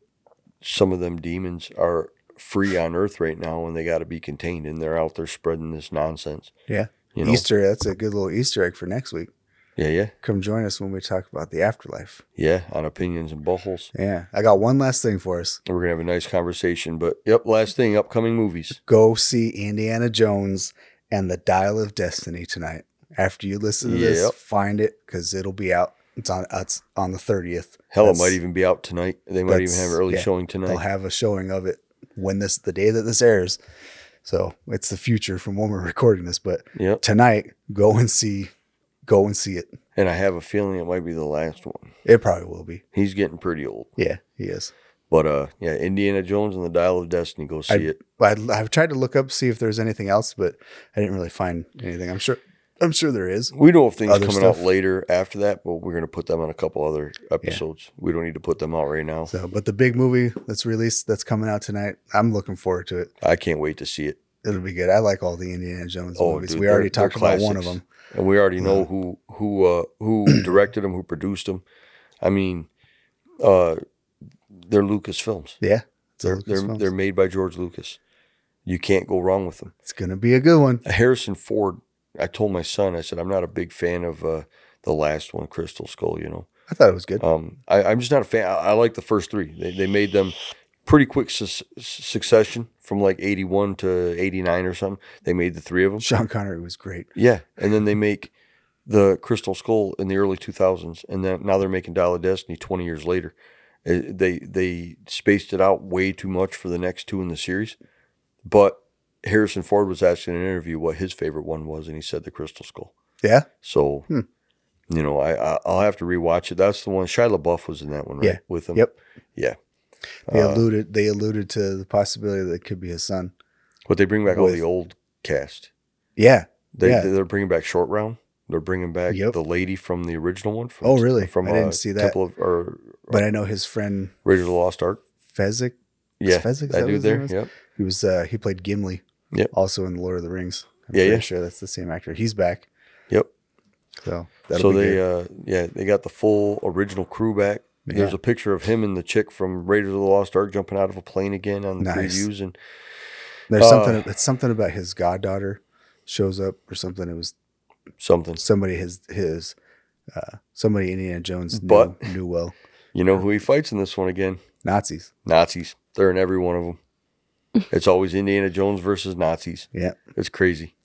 some of them demons are free on earth right now and they got to be contained and they're out there spreading this nonsense. Yeah. You know? Easter, that's a good little Easter egg for next week. Yeah, yeah. Come join us when we talk about the afterlife. Yeah. On opinions and buttholes. Yeah. I got one last thing for us. We're going to have a nice conversation. But, yep, last thing upcoming movies. Go see Indiana Jones and the Dial of Destiny tonight. After you listen to this, Yep. find it because it'll be out. It's on it's on the 30th. Hell, it That's- might even be out tonight. They might even that's- have an early yeah. showing tonight. They'll have a showing of it when this the day that this airs. So it's the future from when we're recording this. But yep. tonight, go and see go and see it. And I have a feeling it might be the last one. It probably will be. He's getting pretty old. Yeah, he is. But, uh, yeah, Indiana Jones and the Dial of Destiny. Go see I- it. I, I've tried to look up see if there's anything else, but I didn't really find anything. I'm sure. I'm sure there is. We know if things Other coming out stuff. later after that, but we're going to put them on a couple other episodes. We don't need to put them out right now. So, but the big movie that's released that's coming out tonight, I'm looking forward to it. I can't wait to see it. It'll be good. I like all the Indiana Jones Oh, movies. dude, we already they're- they're talked about one of classics. them. And we already know Yeah. who who uh, who directed them, who produced them. I mean, uh, they're Lucas films. Yeah, it's, a They're they're, Lucasfilms. they're made by George Lucas. You can't go wrong with them. it's gonna be a good one. Harrison Ford. I told my son, I said, I'm not a big fan of uh, the last one, Crystal Skull. You know, I thought it was good. Um, I, I'm just not a fan. I, I like the first three. They, they made them pretty quick su- succession from like 81 to 89 or something. They made the three of them. Sean Connery was great. Yeah. And then they make the Crystal Skull in the early 2000s. And then now they're making Dial of Destiny 20 years later. Uh, They, they spaced it out way too much for the next two in the series. But Harrison Ford was asked in an interview what his favorite one was, and he said the Crystal Skull. Yeah, So, Hmm. you know, I, I I'll have to rewatch it. That's the one. Shia LaBeouf was in that one, right? Yeah. With him. Yep. Yeah. they Uh, alluded. They alluded to the possibility that it could be his son. but they bring back all with- the old cast. Yeah. They Yeah. they're bringing back Short Round. They're bringing back Yep. the lady from the original one. From, Oh, really? From I didn't uh, see that. Temple of, or But I know his friend Raiders of the Lost Ark. Fezzik. Yeah, Fezzik. is that what dude his name there. is? Yep. He was uh he played Gimli. Yep. Also in Lord of the Rings. I'm Yeah, pretty yeah. sure that's the same actor. He's back. Yep. So that'll so be they good. uh yeah they got the full original crew back. There's Yeah. a picture of him and the chick from Raiders of the Lost Ark jumping out of a plane again on the Nice. previews, and There's uh, something it's something about his goddaughter shows up or something. It was something. somebody his his uh somebody Indiana Jones knew, But- knew well. You know who he fights in this one again? Nazis. Nazis. They're in every one of them. It's always Indiana Jones versus Nazis. Yeah. It's crazy.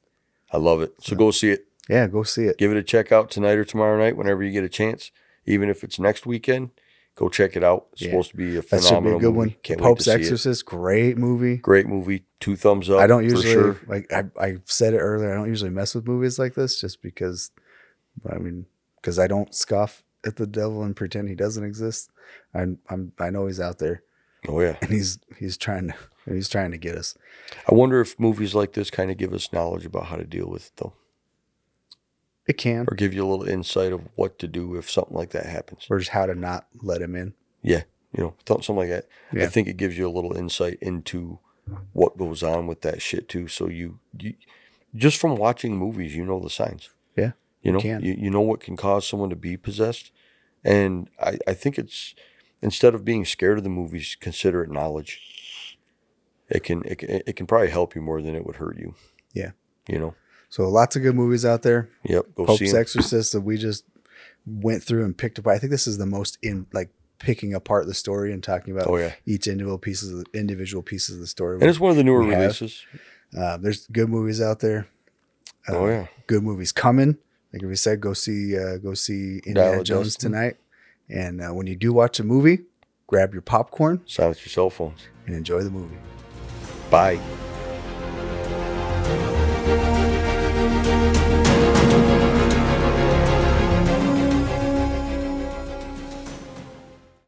I love it. So go see it. Yeah, go see it. Give it a check out tonight or tomorrow night, whenever you get a chance. Even if it's next weekend, go check it out. It's Yeah. supposed to be a That should be phenomenal a good movie. one. Can't Pope's wait to see Exorcist, great movie. it. Great movie. Two thumbs up. I don't for usually sure. like I, I said it earlier. I don't usually mess with movies like this just because I mean because I don't scoff at the devil and pretend he doesn't exist. I'm I'm I know he's out there Oh yeah. and he's he's trying to and he's trying to get us. I wonder if movies like this kind of give us knowledge about how to deal with it though, It can or give you a little insight of what to do if something like that happens. or just how to not let him in. you know, th- something like that. I Yeah. think it gives you a little insight into what goes on with that shit too. So you, you just from watching movies, you know the signs. Yeah, you know, can. you, you know what can cause someone to be possessed, and I, I think it's instead of being scared of the movies, consider it knowledge. It can it, can- it can probably help you more than it would hurt you. Yeah. you know. So lots of good movies out there. Yep, go see Pope's 'em. Exorcist that we just went through and picked apart. I think this is the most in like picking apart the story and talking about Oh yeah, each individual pieces of the, individual pieces of the story. and it's one of the newer We have. releases. Uh, there's good movies out there. Uh, oh yeah, good movies coming. Like we said, go see uh, go see Indiana Dial of Jones Destiny. tonight. And uh, when you do watch a movie, grab your popcorn silence your cell phones. and enjoy the movie. Bye.